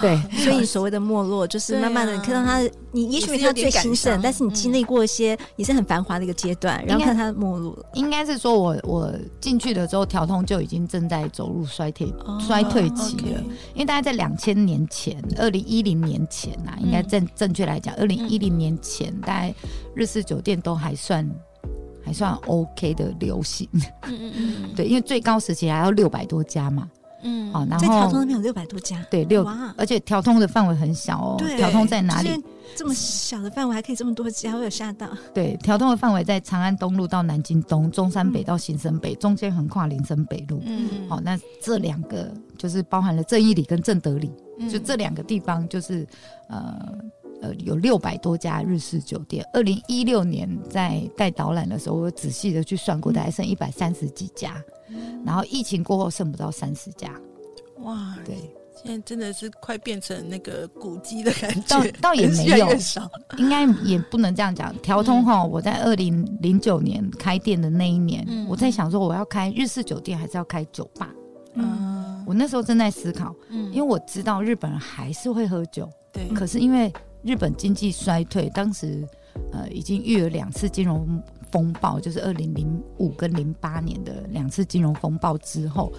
[SPEAKER 1] 对。
[SPEAKER 3] 所以所谓的没落，就是
[SPEAKER 2] 对啊
[SPEAKER 3] 慢慢的看到它，你也许没看到最兴
[SPEAKER 2] 也是有点感伤
[SPEAKER 3] 盛，但是你经历
[SPEAKER 1] 嗯
[SPEAKER 3] 过一些也是很繁华的一个阶段，然后看它没落了，
[SPEAKER 1] 应该是说我我进去的时候，调通就已经正在走入衰退、
[SPEAKER 2] 哦
[SPEAKER 1] 衰退期了。因为大概在两千年前，二零一零年前呐、
[SPEAKER 3] 嗯
[SPEAKER 1] 应该正正确来讲，二零一零年前，大概日式酒店都还算还算 OK 的流行。
[SPEAKER 2] 嗯嗯
[SPEAKER 1] 对，因为最高时期还要六百多家嘛。
[SPEAKER 2] 嗯
[SPEAKER 1] 好、然
[SPEAKER 3] 在条通
[SPEAKER 1] 后
[SPEAKER 3] 那边有六百多家，
[SPEAKER 1] 对六
[SPEAKER 3] 哇，哦
[SPEAKER 1] 而且调通的范围很小哦
[SPEAKER 3] 对，嗯
[SPEAKER 1] 调通在哪里
[SPEAKER 3] 就是？这么小的范围还可以这么多家，我有吓到，
[SPEAKER 1] 对，调通的范围在长安东路到南京东、中山
[SPEAKER 3] 嗯
[SPEAKER 1] 北到新生北，中间横跨林森北路。
[SPEAKER 2] 嗯
[SPEAKER 1] 好、那这两个就是包含了正义里跟正德里，
[SPEAKER 2] 嗯
[SPEAKER 4] 嗯
[SPEAKER 1] 就这两个地方就是呃呃有六百多家日式酒店。二零一六年在带导览的时候，我仔细的去算过，
[SPEAKER 4] 嗯
[SPEAKER 1] 大概剩一百三十几家，然后疫情过后剩不到三十家，
[SPEAKER 4] 嗯
[SPEAKER 2] 哇，
[SPEAKER 1] 对，
[SPEAKER 2] 现在真的是快变成那个古迹的感
[SPEAKER 1] 倒
[SPEAKER 2] 觉，
[SPEAKER 1] 倒也没有
[SPEAKER 2] 越来越少。
[SPEAKER 1] 应该也不能这样讲。调
[SPEAKER 4] 嗯
[SPEAKER 1] 通哈，我在二零零九年开店的那一年，
[SPEAKER 4] 嗯
[SPEAKER 1] 我在想说我要开日式酒店还是要开酒吧。
[SPEAKER 2] 嗯，
[SPEAKER 1] 我那时候正在思考，
[SPEAKER 4] 嗯
[SPEAKER 1] 因为我知道日本人还是会喝酒，
[SPEAKER 2] 对，
[SPEAKER 1] 可是因为日本经济衰退，当时呃已经遇了两次金融风暴，就是二零零五跟零八年的两次金融风暴之后，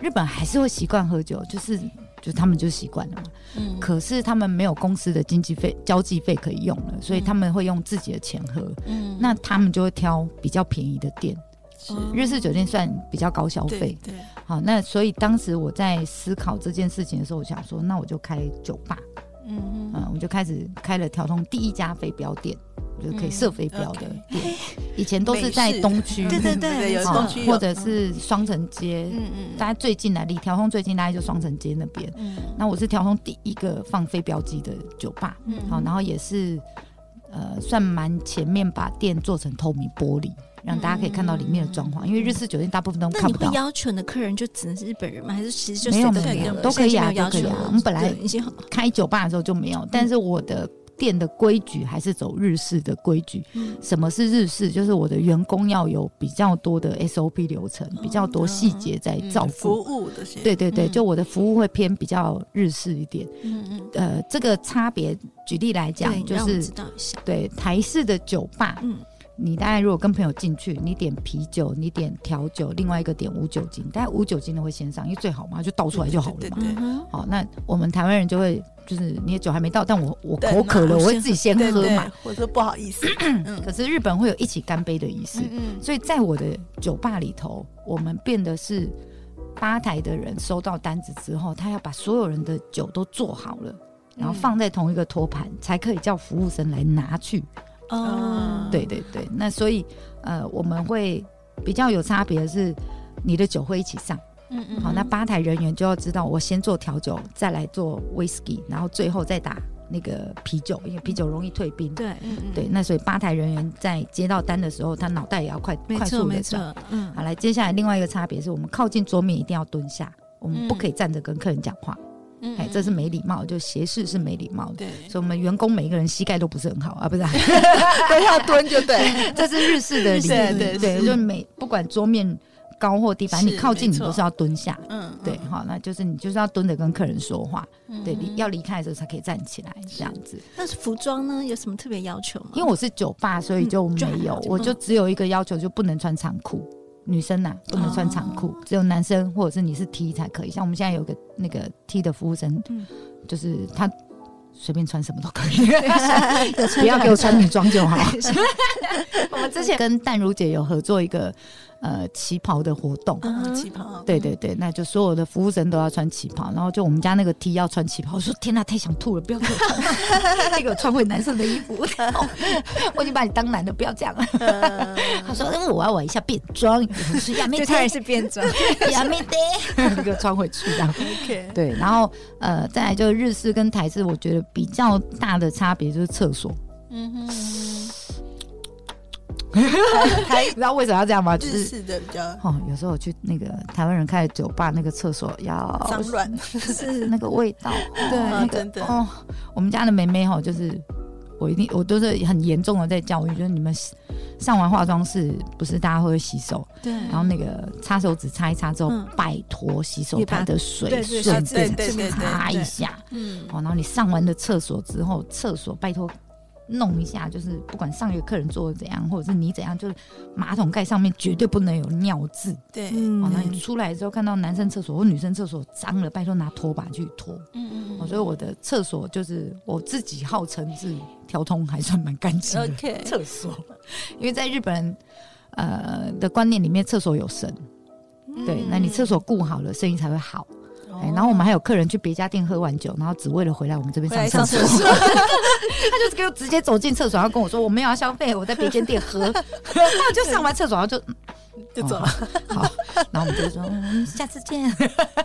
[SPEAKER 1] 日本还是会习惯喝酒，就是就他们就习惯了嘛。
[SPEAKER 4] 嗯
[SPEAKER 1] 可是他们没有公司的经济费、交际费可以用了，所以他们会用自己的钱喝。
[SPEAKER 4] 嗯
[SPEAKER 1] 那他们就会挑比较便宜的店，
[SPEAKER 2] 是
[SPEAKER 1] 日式酒店算比较高消
[SPEAKER 2] 嗯哦对
[SPEAKER 1] 费。
[SPEAKER 2] 对，
[SPEAKER 1] 好，那所以当时我在思考这件事情的时候，我想说，那我就开酒吧，
[SPEAKER 2] 嗯
[SPEAKER 1] 嗯，我就开始开了调通第一家飞镖店，就可以设飞镖的
[SPEAKER 2] 嗯
[SPEAKER 1] 店。以前都是在
[SPEAKER 2] 美式
[SPEAKER 1] 东区，
[SPEAKER 3] 对对对
[SPEAKER 2] 对，有
[SPEAKER 3] 没
[SPEAKER 1] 好
[SPEAKER 3] 错
[SPEAKER 2] 东区有
[SPEAKER 1] 或者是双城街，
[SPEAKER 2] 嗯嗯
[SPEAKER 1] 大家最近来离调通最近大概就双城街那边。
[SPEAKER 4] 嗯
[SPEAKER 1] 那我是调通第一个放飞镖机的酒吧，
[SPEAKER 4] 嗯
[SPEAKER 1] 好，然后也是呃算蛮前面把店做成透明玻璃，让大家可以看到里面的装潢，因为日式酒店大部分都
[SPEAKER 3] 那
[SPEAKER 1] 看
[SPEAKER 3] 你
[SPEAKER 1] 不
[SPEAKER 3] 会
[SPEAKER 1] 到。
[SPEAKER 3] 要求你的客人就只能是日本人吗？还是其实就
[SPEAKER 1] 没
[SPEAKER 3] 谁
[SPEAKER 1] 有
[SPEAKER 3] 都
[SPEAKER 1] 没
[SPEAKER 3] 可以
[SPEAKER 1] 有没有
[SPEAKER 3] 了？
[SPEAKER 1] 都可以
[SPEAKER 3] 现在
[SPEAKER 1] 啊
[SPEAKER 3] 没有要
[SPEAKER 1] 都可以
[SPEAKER 3] 求
[SPEAKER 1] 啊
[SPEAKER 3] 了
[SPEAKER 1] 我们本来
[SPEAKER 3] 对已经很
[SPEAKER 1] 开酒吧的时候就没有，但是我的店的规矩还是走日式的规矩。
[SPEAKER 4] 嗯
[SPEAKER 1] 什么是日式？就是我的员工要有比较多的 SOP 流程，比较多细节在
[SPEAKER 2] 哦嗯，
[SPEAKER 1] 照
[SPEAKER 2] 服
[SPEAKER 1] 顾。
[SPEAKER 2] 务这些，
[SPEAKER 1] 对对对，
[SPEAKER 4] 嗯
[SPEAKER 1] 就我的服务会偏比较日式一点。
[SPEAKER 4] 嗯
[SPEAKER 1] 呃，这个差别，举例来讲
[SPEAKER 3] 对，
[SPEAKER 1] 就
[SPEAKER 3] 让我们
[SPEAKER 1] 是
[SPEAKER 3] 知道一下。
[SPEAKER 1] 对台式的酒吧，
[SPEAKER 3] 嗯
[SPEAKER 1] 你大概如果跟朋友进去，你点啤酒，你点调酒，另外一个点无酒精，大概无酒精的会先上，因为最好嘛，就倒出来就好了
[SPEAKER 2] 对
[SPEAKER 1] 嘛。
[SPEAKER 2] 对
[SPEAKER 3] 嗯哼，
[SPEAKER 1] 好，那我们台湾人就会，就是你的酒还没到，但我我
[SPEAKER 2] 等
[SPEAKER 1] 口
[SPEAKER 2] 嘛
[SPEAKER 1] 渴了，
[SPEAKER 2] 我
[SPEAKER 1] 我会
[SPEAKER 2] 先
[SPEAKER 1] 自己先
[SPEAKER 2] 对
[SPEAKER 1] 喝
[SPEAKER 2] 对
[SPEAKER 1] 嘛。，
[SPEAKER 2] 或者说不好意思，嗯
[SPEAKER 1] 可是日本会有一起干杯的仪式，
[SPEAKER 2] 嗯
[SPEAKER 1] 所以在我的酒吧里头，我们变得是吧台的人收到单子之后，他要把所有人的酒都做好了，
[SPEAKER 3] 嗯
[SPEAKER 1] 然后放在同一个托盘，才可以叫服务生来拿去。
[SPEAKER 3] 嗯
[SPEAKER 2] 哦
[SPEAKER 3] 哦，
[SPEAKER 1] 嗯对对对，那所以呃，我们会比较有差别的是，你的酒会一起上。
[SPEAKER 4] 嗯嗯
[SPEAKER 1] 好，那吧台人员就要知道，我先做调酒，再来做 whisky，然后最后再打那个啤酒，因为啤酒容易退冰。
[SPEAKER 3] 对，
[SPEAKER 2] 嗯
[SPEAKER 1] 对，那所以吧台人员在接到单的时候，他脑袋也要快
[SPEAKER 3] 没
[SPEAKER 1] 快
[SPEAKER 3] 错
[SPEAKER 1] 速
[SPEAKER 3] 没
[SPEAKER 1] 的
[SPEAKER 3] 错
[SPEAKER 1] 转。，
[SPEAKER 3] 嗯，
[SPEAKER 1] 好，来，接下来另外一个差别是我们靠近桌面一定要蹲下，我们不
[SPEAKER 4] 嗯
[SPEAKER 1] 可以站着跟客人讲话，
[SPEAKER 4] 嗯
[SPEAKER 1] 哎、这是没礼貌，就斜视是没礼貌的。
[SPEAKER 2] 对，
[SPEAKER 1] 所以我们员工每一个人膝盖都不是很好啊，不是啊、
[SPEAKER 2] 都要蹲就对，
[SPEAKER 1] 这是日式的礼仪，
[SPEAKER 2] 对对
[SPEAKER 1] 对，
[SPEAKER 2] 是
[SPEAKER 1] 就每不管桌面高或低，反正你
[SPEAKER 2] 是
[SPEAKER 1] 靠近
[SPEAKER 2] 没
[SPEAKER 1] 你都
[SPEAKER 2] 错
[SPEAKER 1] 是要蹲下。
[SPEAKER 2] 嗯
[SPEAKER 1] 对，好，那就是你就是要蹲着跟客人说话，对，
[SPEAKER 4] 嗯
[SPEAKER 1] 离要离开的时候才可以站起来这样子。
[SPEAKER 3] 嗯那是服装呢，有什么特别要求吗？
[SPEAKER 1] 因为我是酒吧，所以就没
[SPEAKER 3] 就还
[SPEAKER 1] 有
[SPEAKER 3] 好，
[SPEAKER 1] 我就只有一个要求，就不能穿长裤。女生呐、不能穿长裤，只有男生或者是你是 T 才可以。像我们现在有个那个 T 的服务生，
[SPEAKER 3] 嗯
[SPEAKER 1] 就是他随便穿什么都可以，
[SPEAKER 3] 有穿
[SPEAKER 1] 不要
[SPEAKER 3] 就
[SPEAKER 1] 给
[SPEAKER 3] 很
[SPEAKER 1] 我穿女装就好。
[SPEAKER 3] 对
[SPEAKER 1] 我们之前跟淡如姐有合作一个呃旗袍的活动，
[SPEAKER 3] 嗯
[SPEAKER 2] 嗯，
[SPEAKER 3] 哼
[SPEAKER 2] 旗袍，
[SPEAKER 1] 对对对，那就所有的服务生都要穿旗袍，然后就我们家那个 T 要穿旗袍，我说天哪、太想吐了，不要给我 穿，给我穿回男生的衣服， 我已经把你当男的，不要这样了。
[SPEAKER 2] 嗯
[SPEAKER 1] 他说，因为我要玩一下变装，我说亚妹
[SPEAKER 3] 就他也是变 装，
[SPEAKER 1] 得，亚妹 得，给我穿回去这样。
[SPEAKER 2] ，OK，
[SPEAKER 1] 对，然后呃，再来就是日式跟台式，我觉得比较大的差别就是厕所，
[SPEAKER 4] 嗯哼
[SPEAKER 1] 哎你知道为什么要这样吗？就
[SPEAKER 2] 日
[SPEAKER 1] 是。
[SPEAKER 2] 式的比较
[SPEAKER 1] 哦，有时候我去那个台湾人开的酒吧，那个厕所要
[SPEAKER 2] 脏乱，
[SPEAKER 3] 是
[SPEAKER 1] 那个味道，对
[SPEAKER 2] 啊
[SPEAKER 1] 那个
[SPEAKER 2] 真的
[SPEAKER 1] 哦，我们家的妹妹哈，就是我一定我都是很严重的在教育，就是你们上完化妆室不是大家会洗手，
[SPEAKER 3] 对，
[SPEAKER 1] 然后那个擦手指擦一擦之后，
[SPEAKER 3] 嗯
[SPEAKER 1] 拜托洗手台的水
[SPEAKER 3] 对对
[SPEAKER 1] 顺
[SPEAKER 3] 对
[SPEAKER 1] 便
[SPEAKER 2] 对对对
[SPEAKER 1] 擦一
[SPEAKER 3] 对
[SPEAKER 1] 下
[SPEAKER 4] 嗯
[SPEAKER 1] 哦，然后你上完了厕所之后，厕所拜托。弄一下，就是不管上一个客人做的怎样，或者是你怎样，就是马桶盖上面绝对不能有尿渍。
[SPEAKER 2] 对，
[SPEAKER 3] 嗯
[SPEAKER 1] 哦，那你出来之后看到男生厕所或女生厕所脏了，拜托拿拖把去拖。
[SPEAKER 4] 嗯
[SPEAKER 1] 哦，所以我的厕所就是我自己号称是调通还算蛮干净的
[SPEAKER 2] OK
[SPEAKER 1] 厕所， 因为在日本人呃的观念里面，厕所有神，对，那你厕所顾好了，生意才会好。哎，然后我们还有客人去别家店喝完酒，然后只为了回来我们这边
[SPEAKER 2] 回来
[SPEAKER 1] 上
[SPEAKER 2] 上
[SPEAKER 1] 厕
[SPEAKER 2] 厕
[SPEAKER 1] 所，
[SPEAKER 2] 所，
[SPEAKER 1] 他就是给我直接走进厕所，然后跟我说我没有要消费，我在别间店喝， 就上完厕所然后就
[SPEAKER 2] 就走了，
[SPEAKER 1] 哦好，然后我们就说、嗯、下次见，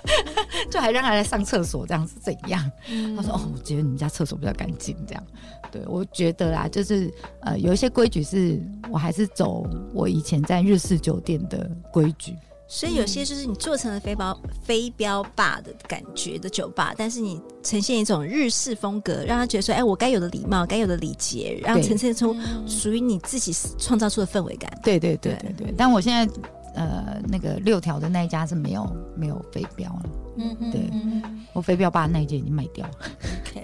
[SPEAKER 1] 就还让他来上厕所，这样是怎样？他说哦，我觉得你们家厕所比较干净，这样。对，我觉得啦，就是呃，有一些规矩是我还是走我以前在日式酒店的规矩，
[SPEAKER 4] 所以有些就是你做成了非标非标霸的感觉的酒吧，但是你呈现一种日式风格，让他觉得说，哎，我该有的礼貌，该有的礼节，然后
[SPEAKER 1] 对
[SPEAKER 4] 呈现出属于你自己创造出的氛围感。
[SPEAKER 1] 对对对对对，但我现在呃那个六条的那一家是没有没有飞镖了，
[SPEAKER 2] 嗯哼
[SPEAKER 1] 对
[SPEAKER 2] 嗯
[SPEAKER 1] 我飞镖把那一间已经卖掉了。
[SPEAKER 2] 哼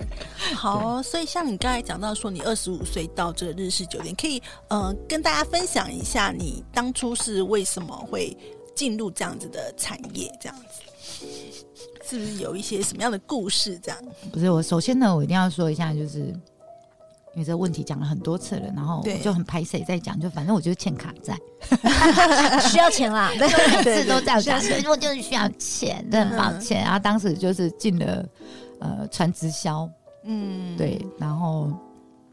[SPEAKER 2] 好哦、所以像你刚才讲到说，你二十五岁到这个日式酒店，可以呃跟大家分享一下你当初是为什么会进入这样子的产业，这样子是不是有一些什么样的故事？这样，
[SPEAKER 1] 不是我，首先呢，我一定要说一下，就是因为这个问题讲了很多次了，然后
[SPEAKER 2] 对
[SPEAKER 1] 我就很排谁在讲，就反正我就是欠卡 债，
[SPEAKER 4] 需要钱啦， 对，
[SPEAKER 1] 每次都这样讲，所以我就是需要钱，真的
[SPEAKER 2] 嗯
[SPEAKER 1] 很抱歉。然后当时就是进了呃传直销，
[SPEAKER 2] 嗯，
[SPEAKER 1] 对，然后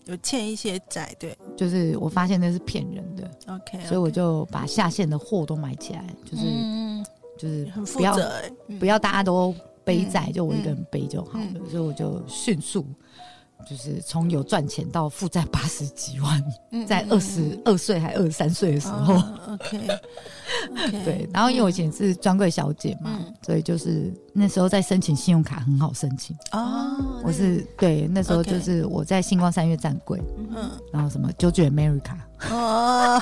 [SPEAKER 2] 有欠一些债，对
[SPEAKER 1] 就是我发现那是骗人的，
[SPEAKER 2] ，OK，
[SPEAKER 1] 所以我就把下线的货都买起来，就是、
[SPEAKER 2] 嗯，
[SPEAKER 1] 就是
[SPEAKER 2] 很负
[SPEAKER 1] 不要
[SPEAKER 2] 责、欸，嗯
[SPEAKER 1] 不要大家都背债，就我一个人背就好了。
[SPEAKER 2] 嗯
[SPEAKER 1] 所以我就迅速就是从有赚钱到负债八十几万，
[SPEAKER 2] 嗯
[SPEAKER 1] 在
[SPEAKER 2] 嗯哦
[SPEAKER 1] 二十二岁还二十三岁的时候，
[SPEAKER 2] o k OK，
[SPEAKER 1] 对。然后因为我以前是专柜小姐嘛，
[SPEAKER 2] 嗯
[SPEAKER 1] 所以就是那时候在申请信用卡很好申请。
[SPEAKER 2] 哦，
[SPEAKER 1] 我是对那时候
[SPEAKER 2] OK
[SPEAKER 1] 就是我在星光三月站柜，
[SPEAKER 2] 嗯
[SPEAKER 1] 然后什么九九 America，
[SPEAKER 2] 哦，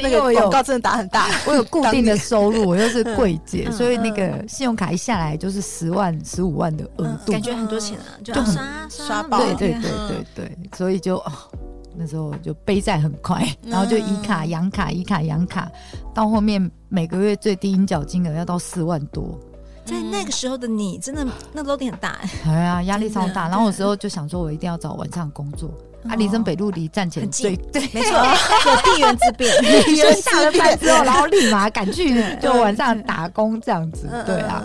[SPEAKER 2] 那
[SPEAKER 1] 因为我
[SPEAKER 2] 个广
[SPEAKER 1] 有
[SPEAKER 2] 告真的打很大，
[SPEAKER 1] 我有固定的收入，我又是柜姐，
[SPEAKER 4] 嗯
[SPEAKER 1] 所以那个信用卡一下来就是十万、十五万的额度，
[SPEAKER 4] 嗯感觉很多钱啊，就
[SPEAKER 1] 就
[SPEAKER 4] 要
[SPEAKER 1] 很
[SPEAKER 4] 刷
[SPEAKER 2] 刷
[SPEAKER 4] 刷
[SPEAKER 2] 爆
[SPEAKER 1] 对
[SPEAKER 4] 爆，
[SPEAKER 1] 对对
[SPEAKER 4] 对
[SPEAKER 2] 嗯
[SPEAKER 1] 对对，所以就、哦、那时候就背债很快，然后就以卡
[SPEAKER 2] 嗯
[SPEAKER 1] 养卡，以卡养卡，到后面每个月最低应缴金额要到四万多，
[SPEAKER 4] 在那个时候的你，真的那 load 很大，
[SPEAKER 1] 哎呀，压力
[SPEAKER 2] 真
[SPEAKER 1] 超
[SPEAKER 2] 的啊哦
[SPEAKER 1] 大。然后我时候就想说，我一定要找晚上工作。啊，林森北路离站前
[SPEAKER 4] 很
[SPEAKER 1] 最
[SPEAKER 4] 近
[SPEAKER 1] 对，
[SPEAKER 4] 没错，有地缘 之变，
[SPEAKER 1] 就下了班之后，然后立马赶去就晚上打工这样子
[SPEAKER 2] 嗯，
[SPEAKER 1] 对啊。，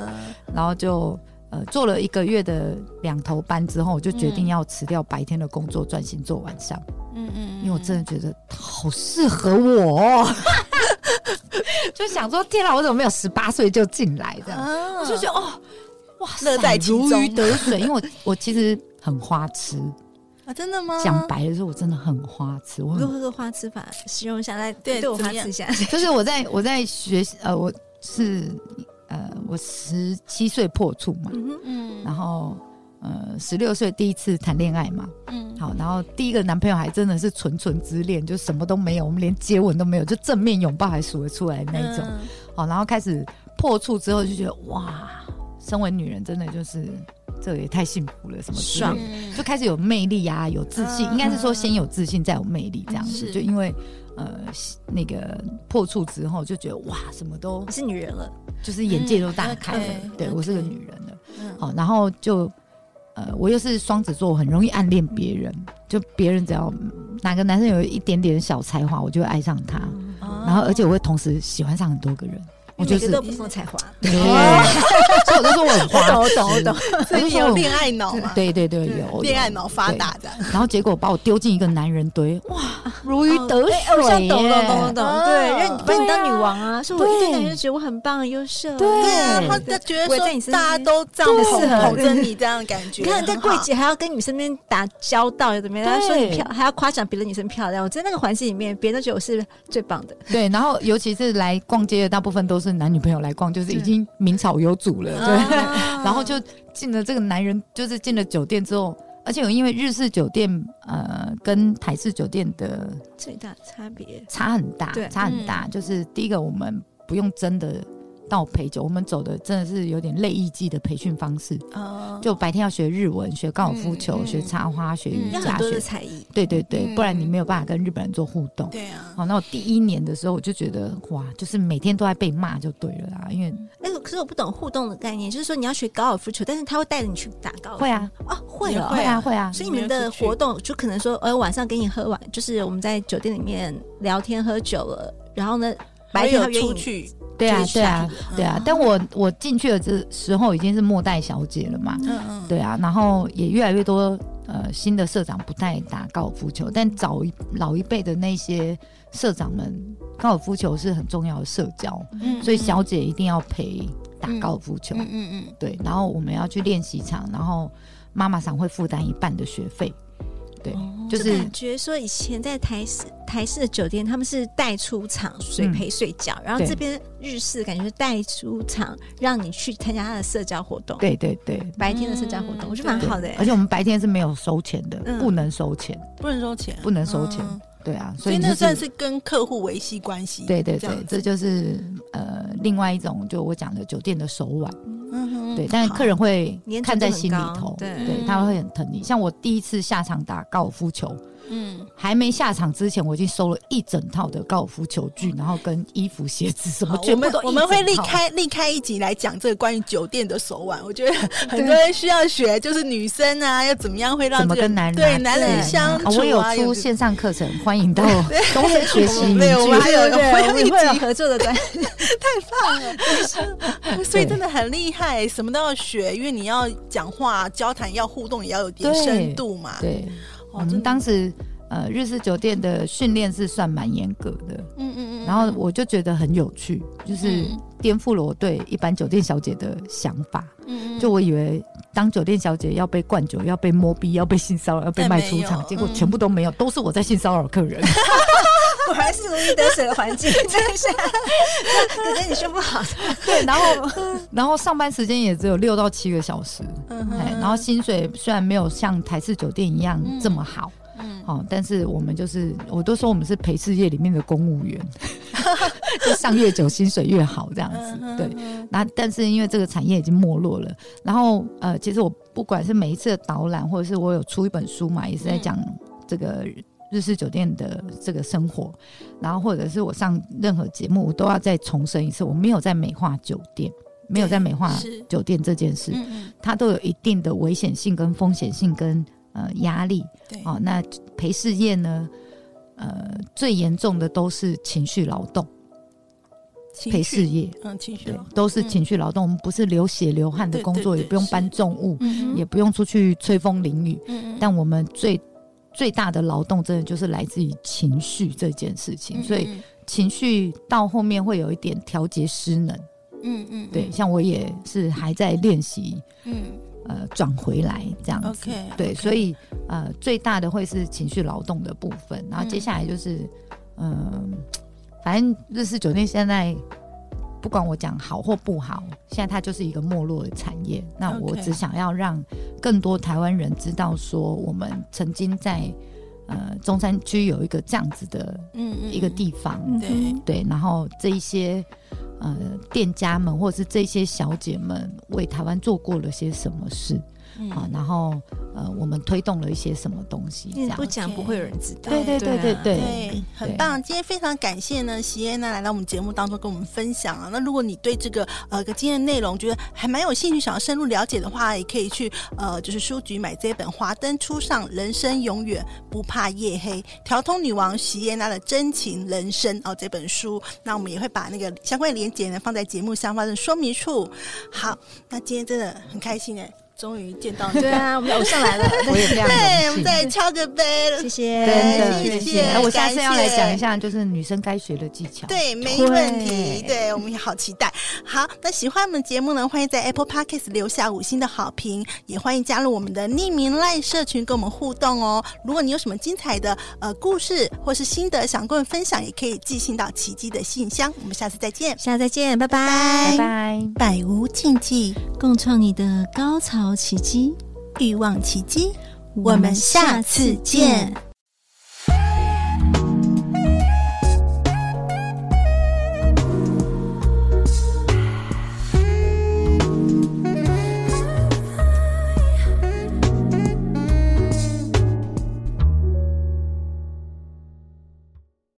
[SPEAKER 1] 然后就呃做了一个月的两头班之后，我就决定要辞掉白天的工作，专心做晚上，
[SPEAKER 2] 嗯嗯
[SPEAKER 1] 因为我真的觉得好适合我、哦，就想说天啊，我怎么没有十八岁就进来这样？
[SPEAKER 2] 啊
[SPEAKER 1] 我就觉得哦，哇塞，
[SPEAKER 2] 乐在其
[SPEAKER 1] 如鱼
[SPEAKER 2] 中
[SPEAKER 1] 得水，因为我我其实很花痴，
[SPEAKER 2] 啊，真的吗？
[SPEAKER 1] 讲白了说，我真的很花痴，我
[SPEAKER 4] 如
[SPEAKER 1] 很
[SPEAKER 4] 何的花痴法形容一下来，
[SPEAKER 2] 对
[SPEAKER 4] 对我
[SPEAKER 2] 怎么
[SPEAKER 4] 花
[SPEAKER 2] 样
[SPEAKER 4] 痴一下，
[SPEAKER 1] 就是我在我在学习呃我是呃我十七岁破处嘛，
[SPEAKER 4] 嗯哼，
[SPEAKER 2] 嗯
[SPEAKER 1] 然后呃十六岁第一次谈恋爱嘛，
[SPEAKER 2] 嗯，
[SPEAKER 1] 好，然后第一个男朋友还真的是纯纯之恋，就什么都没有，我们连接吻都没有，就正面拥抱还数得出来那一种。
[SPEAKER 2] 嗯
[SPEAKER 1] 好，然后开始破处之后就觉得哇，身为女人真的就是这也太幸福了，什么之类的
[SPEAKER 4] 爽
[SPEAKER 2] 嗯
[SPEAKER 1] 就开始有魅力啊，有自信，
[SPEAKER 2] 嗯
[SPEAKER 1] 应该是说先有自信，再有魅力这样子。
[SPEAKER 2] 是
[SPEAKER 1] 就因为呃那个破处之后就觉得哇，什么都
[SPEAKER 4] 你是女人了，
[SPEAKER 1] 就是眼界都大开了。
[SPEAKER 2] 嗯，OK，
[SPEAKER 1] 对
[SPEAKER 2] OK
[SPEAKER 1] 我是个女人了。
[SPEAKER 2] 嗯
[SPEAKER 1] 好，然后就呃，我又是双子座，我很容易暗恋别人，就别人只要嗯哪个男生有一点点小才华，我就会爱上他，
[SPEAKER 2] 哦
[SPEAKER 1] 然后而且我会同时喜欢上很多个人，我就
[SPEAKER 4] 每
[SPEAKER 1] 是
[SPEAKER 4] 个都有不同的才华，
[SPEAKER 1] 对， 所以我就说我很花，
[SPEAKER 4] 我懂我懂，
[SPEAKER 1] 我
[SPEAKER 2] 所以
[SPEAKER 1] 就
[SPEAKER 2] 你
[SPEAKER 1] 说
[SPEAKER 2] 有
[SPEAKER 1] 我
[SPEAKER 2] 恋爱脑嘛？，
[SPEAKER 1] 对对对有
[SPEAKER 2] 恋爱
[SPEAKER 1] 有
[SPEAKER 2] 脑发达这样，
[SPEAKER 1] 然后结果把我丢进一个男人堆，哇，如鱼得
[SPEAKER 4] 哎我现
[SPEAKER 1] 水
[SPEAKER 4] 在懂了，懂
[SPEAKER 1] 耶
[SPEAKER 4] 了，懂
[SPEAKER 2] 哦
[SPEAKER 4] 了，对，让你把你当女王啊，所以我一
[SPEAKER 1] 对
[SPEAKER 4] 堆男人觉得我很棒、很优秀，
[SPEAKER 1] 对
[SPEAKER 2] 对啊，
[SPEAKER 1] 对
[SPEAKER 2] 他他觉得
[SPEAKER 4] 我在你
[SPEAKER 2] 说
[SPEAKER 4] 身边
[SPEAKER 2] 大家都这样
[SPEAKER 1] 对啊
[SPEAKER 2] 捧
[SPEAKER 1] 适合
[SPEAKER 2] 捧着你这样的感觉，
[SPEAKER 4] 你看，在
[SPEAKER 2] 很
[SPEAKER 4] 柜
[SPEAKER 2] 好
[SPEAKER 4] 姐还要跟女生那边打交道，怎么样？
[SPEAKER 1] 对
[SPEAKER 4] 她说你漂，还要夸奖别的女生漂亮。我在那个环境里面，别人都觉得我是最棒的。
[SPEAKER 1] 对，然后尤其是来逛街的大部分都是男女朋友来逛，就是已经名草有主了，
[SPEAKER 4] 嗯啊
[SPEAKER 1] 对。然后就进了这个男人，就是进了酒店之后，而且有因为日式酒店呃跟台式酒店的
[SPEAKER 4] 最大的差别，
[SPEAKER 1] 差很大，
[SPEAKER 4] 对嗯
[SPEAKER 1] 差很大。就是第一个，我们不用真的到陪酒，我们走的真的是有点类艺伎的培训方式，
[SPEAKER 4] 嗯
[SPEAKER 2] 哦
[SPEAKER 1] 就白天要学日文、学高尔夫球、
[SPEAKER 2] 嗯嗯
[SPEAKER 1] 学插花、学瑜
[SPEAKER 2] 嗯
[SPEAKER 4] 要
[SPEAKER 1] 伽、
[SPEAKER 4] 很多
[SPEAKER 1] 学
[SPEAKER 4] 的才艺。
[SPEAKER 1] 对对对，
[SPEAKER 2] 嗯
[SPEAKER 1] 不然你没有办法跟日本人做互动。
[SPEAKER 2] 对啊，
[SPEAKER 1] 好，那我第一年的时候，我就觉得哇，就是每天都在被骂就对了啦，因为
[SPEAKER 4] 哎，可是我不懂互动的概念，就是说你要学高尔夫球，但是他会带着你去打高尔夫。
[SPEAKER 1] 会啊，
[SPEAKER 4] 啊，会
[SPEAKER 2] 也
[SPEAKER 4] 了，
[SPEAKER 2] 哦会啊
[SPEAKER 1] 啊，会啊，
[SPEAKER 4] 所以你们的活动就可能说，呃，晚上给你喝完，就是我们在酒店里面聊天喝酒了，然后呢，白天
[SPEAKER 2] 有
[SPEAKER 4] 他约
[SPEAKER 2] 出
[SPEAKER 4] 你
[SPEAKER 2] 去，
[SPEAKER 1] 对啊
[SPEAKER 2] 就，是
[SPEAKER 1] 对啊
[SPEAKER 2] 下，嗯
[SPEAKER 1] 对啊。 但我我进去的这时候已经是末代小姐了嘛，
[SPEAKER 2] 嗯嗯，
[SPEAKER 1] 对啊，然后也越来越多呃新的社长不太打高尔夫球，但早一老一辈的那些社长们，高尔夫球是很重要的社交，
[SPEAKER 2] 嗯
[SPEAKER 1] 所以小姐一定要陪打高尔夫球，
[SPEAKER 2] 嗯嗯嗯
[SPEAKER 1] 对，然后我们要去练习场，然后妈妈桑会负担一半的学费。对，
[SPEAKER 4] 哦
[SPEAKER 1] 就
[SPEAKER 4] 就是感觉说以前在台式台式的酒店，他们是带出场水陪睡觉，然后
[SPEAKER 1] 对
[SPEAKER 4] 这边日式感觉是带出场让你去参加他的社交活动，
[SPEAKER 1] 对对对。
[SPEAKER 4] 白天的社交活动，
[SPEAKER 2] 嗯
[SPEAKER 4] 我觉得蛮
[SPEAKER 1] 对
[SPEAKER 4] 好的、欸
[SPEAKER 1] 而。且我们白天是没有收钱的，
[SPEAKER 4] 嗯
[SPEAKER 1] 不能收钱，
[SPEAKER 2] 不能收钱，
[SPEAKER 1] 不能收钱。
[SPEAKER 2] 嗯
[SPEAKER 1] 对啊，
[SPEAKER 2] 所
[SPEAKER 1] 所
[SPEAKER 2] 以
[SPEAKER 1] 以
[SPEAKER 2] 那
[SPEAKER 1] 就
[SPEAKER 2] 算是跟客户维系关系。
[SPEAKER 1] 对对
[SPEAKER 2] 这样
[SPEAKER 1] 对
[SPEAKER 2] 子，
[SPEAKER 1] 这就是呃另外一种，就我讲的酒店的手腕。
[SPEAKER 2] 嗯哼
[SPEAKER 1] 对，但是
[SPEAKER 2] 好
[SPEAKER 1] 客人会
[SPEAKER 4] 粘着
[SPEAKER 1] 看在
[SPEAKER 4] 度很
[SPEAKER 1] 心里
[SPEAKER 4] 高
[SPEAKER 1] 头，
[SPEAKER 4] 对
[SPEAKER 1] 对，他会很疼你。像我第一次下场打高尔夫球，
[SPEAKER 2] 嗯，
[SPEAKER 1] 还没下场之前，我已经收了一整套的高尔夫球具，然后跟衣服、鞋子什么
[SPEAKER 2] 好，我
[SPEAKER 1] 全部
[SPEAKER 2] 们
[SPEAKER 1] 都
[SPEAKER 2] 我们会立
[SPEAKER 1] 离。
[SPEAKER 2] 开立开一集来讲这个关于酒店的手腕，我觉得很
[SPEAKER 1] 对
[SPEAKER 2] 多人需要学，就是女生啊要怎么样会让
[SPEAKER 1] 怎么
[SPEAKER 2] 这个
[SPEAKER 1] 跟男人
[SPEAKER 2] 对
[SPEAKER 1] 啊
[SPEAKER 2] 男人
[SPEAKER 1] 对
[SPEAKER 2] 相
[SPEAKER 1] 啊
[SPEAKER 2] 处
[SPEAKER 1] 我有
[SPEAKER 2] 啊，
[SPEAKER 1] 出线上课程，欢迎到终身学习
[SPEAKER 2] 我们
[SPEAKER 1] 凝
[SPEAKER 2] 没有我们
[SPEAKER 1] 聚。
[SPEAKER 2] 还有
[SPEAKER 4] 对
[SPEAKER 2] 我
[SPEAKER 4] 我
[SPEAKER 2] 有
[SPEAKER 4] 们
[SPEAKER 2] 一
[SPEAKER 4] 会有
[SPEAKER 2] 集
[SPEAKER 4] 合作的关系，
[SPEAKER 2] 所以真的很厉害，什么都要学，因为你要讲话、交谈、要互动，也要有点
[SPEAKER 1] 对
[SPEAKER 2] 深度嘛。
[SPEAKER 1] 对，我
[SPEAKER 2] 哦，真
[SPEAKER 1] 们
[SPEAKER 2] 的
[SPEAKER 1] 当时呃日式酒店的训练是算蛮严格的，
[SPEAKER 2] 嗯嗯嗯，
[SPEAKER 1] 然后我就觉得很有趣，就是
[SPEAKER 2] 嗯
[SPEAKER 1] 颠覆了我对一般酒店小姐的想法。
[SPEAKER 2] 嗯嗯
[SPEAKER 1] 就我以为当酒店小姐要被灌酒、要被摸逼、要被性骚扰、要被卖出
[SPEAKER 2] 但没
[SPEAKER 1] 场
[SPEAKER 2] 有，
[SPEAKER 1] 结果
[SPEAKER 2] 嗯
[SPEAKER 1] 全部都没有，都是我在性骚扰客 人。
[SPEAKER 4] 果然是如鱼得 水的环境，真是。可是你说不好，
[SPEAKER 1] 对，然 后然后上班时间也只有六到七个小时，
[SPEAKER 2] 嗯
[SPEAKER 1] 哎，
[SPEAKER 2] 哼
[SPEAKER 1] 然后薪水虽然没有像台式酒店一样
[SPEAKER 2] 嗯
[SPEAKER 1] 这么好。
[SPEAKER 2] 嗯
[SPEAKER 1] 哦，但是我们就是，我都说我们是陪事业里面的公务员， 就上越久薪水越好这样子。对，
[SPEAKER 2] 嗯
[SPEAKER 1] 那但是因为这个产业已经没落了，然后呃，其实我不管是每一次的导览，或者是我有出一本书嘛，也是
[SPEAKER 2] 嗯
[SPEAKER 1] 在讲这个日式酒店的这个生活，然后或者是我上任何节目，我都要再重申一次，我没有在美化酒店，没有在美化
[SPEAKER 2] 是
[SPEAKER 1] 酒店这件事，
[SPEAKER 2] 嗯嗯，
[SPEAKER 1] 它都有一定的危险性跟风险性跟呃压力。
[SPEAKER 2] 对，
[SPEAKER 1] 哦，那陪事业呢？呃，最严重的都是情绪劳动，
[SPEAKER 2] 情
[SPEAKER 1] 陪
[SPEAKER 2] 绪
[SPEAKER 1] 事业，
[SPEAKER 2] 嗯情绪
[SPEAKER 1] 对
[SPEAKER 2] 劳，
[SPEAKER 1] 都是
[SPEAKER 2] 嗯
[SPEAKER 1] 情绪劳动，我们不是流血流汗的
[SPEAKER 2] 对
[SPEAKER 1] 工
[SPEAKER 2] 对
[SPEAKER 1] 作，也
[SPEAKER 2] 对
[SPEAKER 1] 不用
[SPEAKER 2] 是
[SPEAKER 1] 搬重物，
[SPEAKER 2] 嗯
[SPEAKER 1] 也不用出去吹风淋雨，
[SPEAKER 2] 嗯嗯
[SPEAKER 1] 但我们最最大的劳动，真的就是来自于情绪这件事情，所以
[SPEAKER 2] 嗯
[SPEAKER 1] 情绪到后面会有一点调节失能。
[SPEAKER 2] 嗯嗯
[SPEAKER 1] 对，像我也是还在练习，
[SPEAKER 2] 嗯
[SPEAKER 1] 呃，转回来这样子。
[SPEAKER 2] OK，
[SPEAKER 1] 对，
[SPEAKER 2] OK
[SPEAKER 1] 所以呃，最大的会是情绪劳动的部分，然后接下来就是，嗯、反正日式酒店现在不管我讲好或不好，现在它就是一个没落的产业。那我
[SPEAKER 2] OK
[SPEAKER 1] 只想要让更多台湾人知道，说我们曾经在呃中山区有一个这样子的
[SPEAKER 2] 嗯嗯
[SPEAKER 1] 一个地方，
[SPEAKER 3] 嗯
[SPEAKER 2] 对
[SPEAKER 3] 哼
[SPEAKER 1] 对，然后这一些呃店家们或者是这些小姐们为台湾做过了些什么事。
[SPEAKER 2] 嗯
[SPEAKER 1] 啊，然后呃，我们推动了一些什么东西，这
[SPEAKER 4] 你
[SPEAKER 1] 样
[SPEAKER 4] 不讲不会有人知道。
[SPEAKER 1] 对对对对
[SPEAKER 4] 啊
[SPEAKER 1] 对
[SPEAKER 2] 对，很
[SPEAKER 1] 对
[SPEAKER 2] 棒。今天非常感谢呢，席耶娜来到我们节目当中跟我们分享啊。那如果你对这个呃个今天的内容觉得还蛮有兴趣，想要深入了解的话，也可以去呃就是书局买这本《华灯初上：人生永远不怕夜黑》，调通女王席耶娜的真情人生哦这本书。那我们也会把那个相关的连接呢放在节目下方的说明处。好，那今天真的很开心哎，终于见到 你。
[SPEAKER 4] 对啊，我们的偶像来了，
[SPEAKER 1] 我 也非常
[SPEAKER 2] 对，我
[SPEAKER 1] 荣幸。
[SPEAKER 2] 们再敲个杯了
[SPEAKER 4] 谢。谢，
[SPEAKER 1] 真的，
[SPEAKER 2] 谢谢
[SPEAKER 1] 哎我下次
[SPEAKER 2] 感
[SPEAKER 1] 要来
[SPEAKER 2] 谢
[SPEAKER 1] 讲一下，就是女生该学的技巧。
[SPEAKER 2] 对，没
[SPEAKER 4] 对
[SPEAKER 2] 问题。对我们也好期待。好，那喜欢我们节目呢，欢迎在 Apple Podcast 留下五星的好评，也欢迎加入我们的匿名赖社群跟我们互动哦。如果你有什么精彩的呃故事或是心得想跟我们分享，也可以寄信到奇迹的信箱。我们下次再见，
[SPEAKER 4] 下次再见，拜拜。
[SPEAKER 1] 拜
[SPEAKER 2] 拜
[SPEAKER 1] 拜。
[SPEAKER 2] 百无禁忌，
[SPEAKER 4] 共创你的高潮奇迹，
[SPEAKER 2] 欲望奇迹。我们下次见。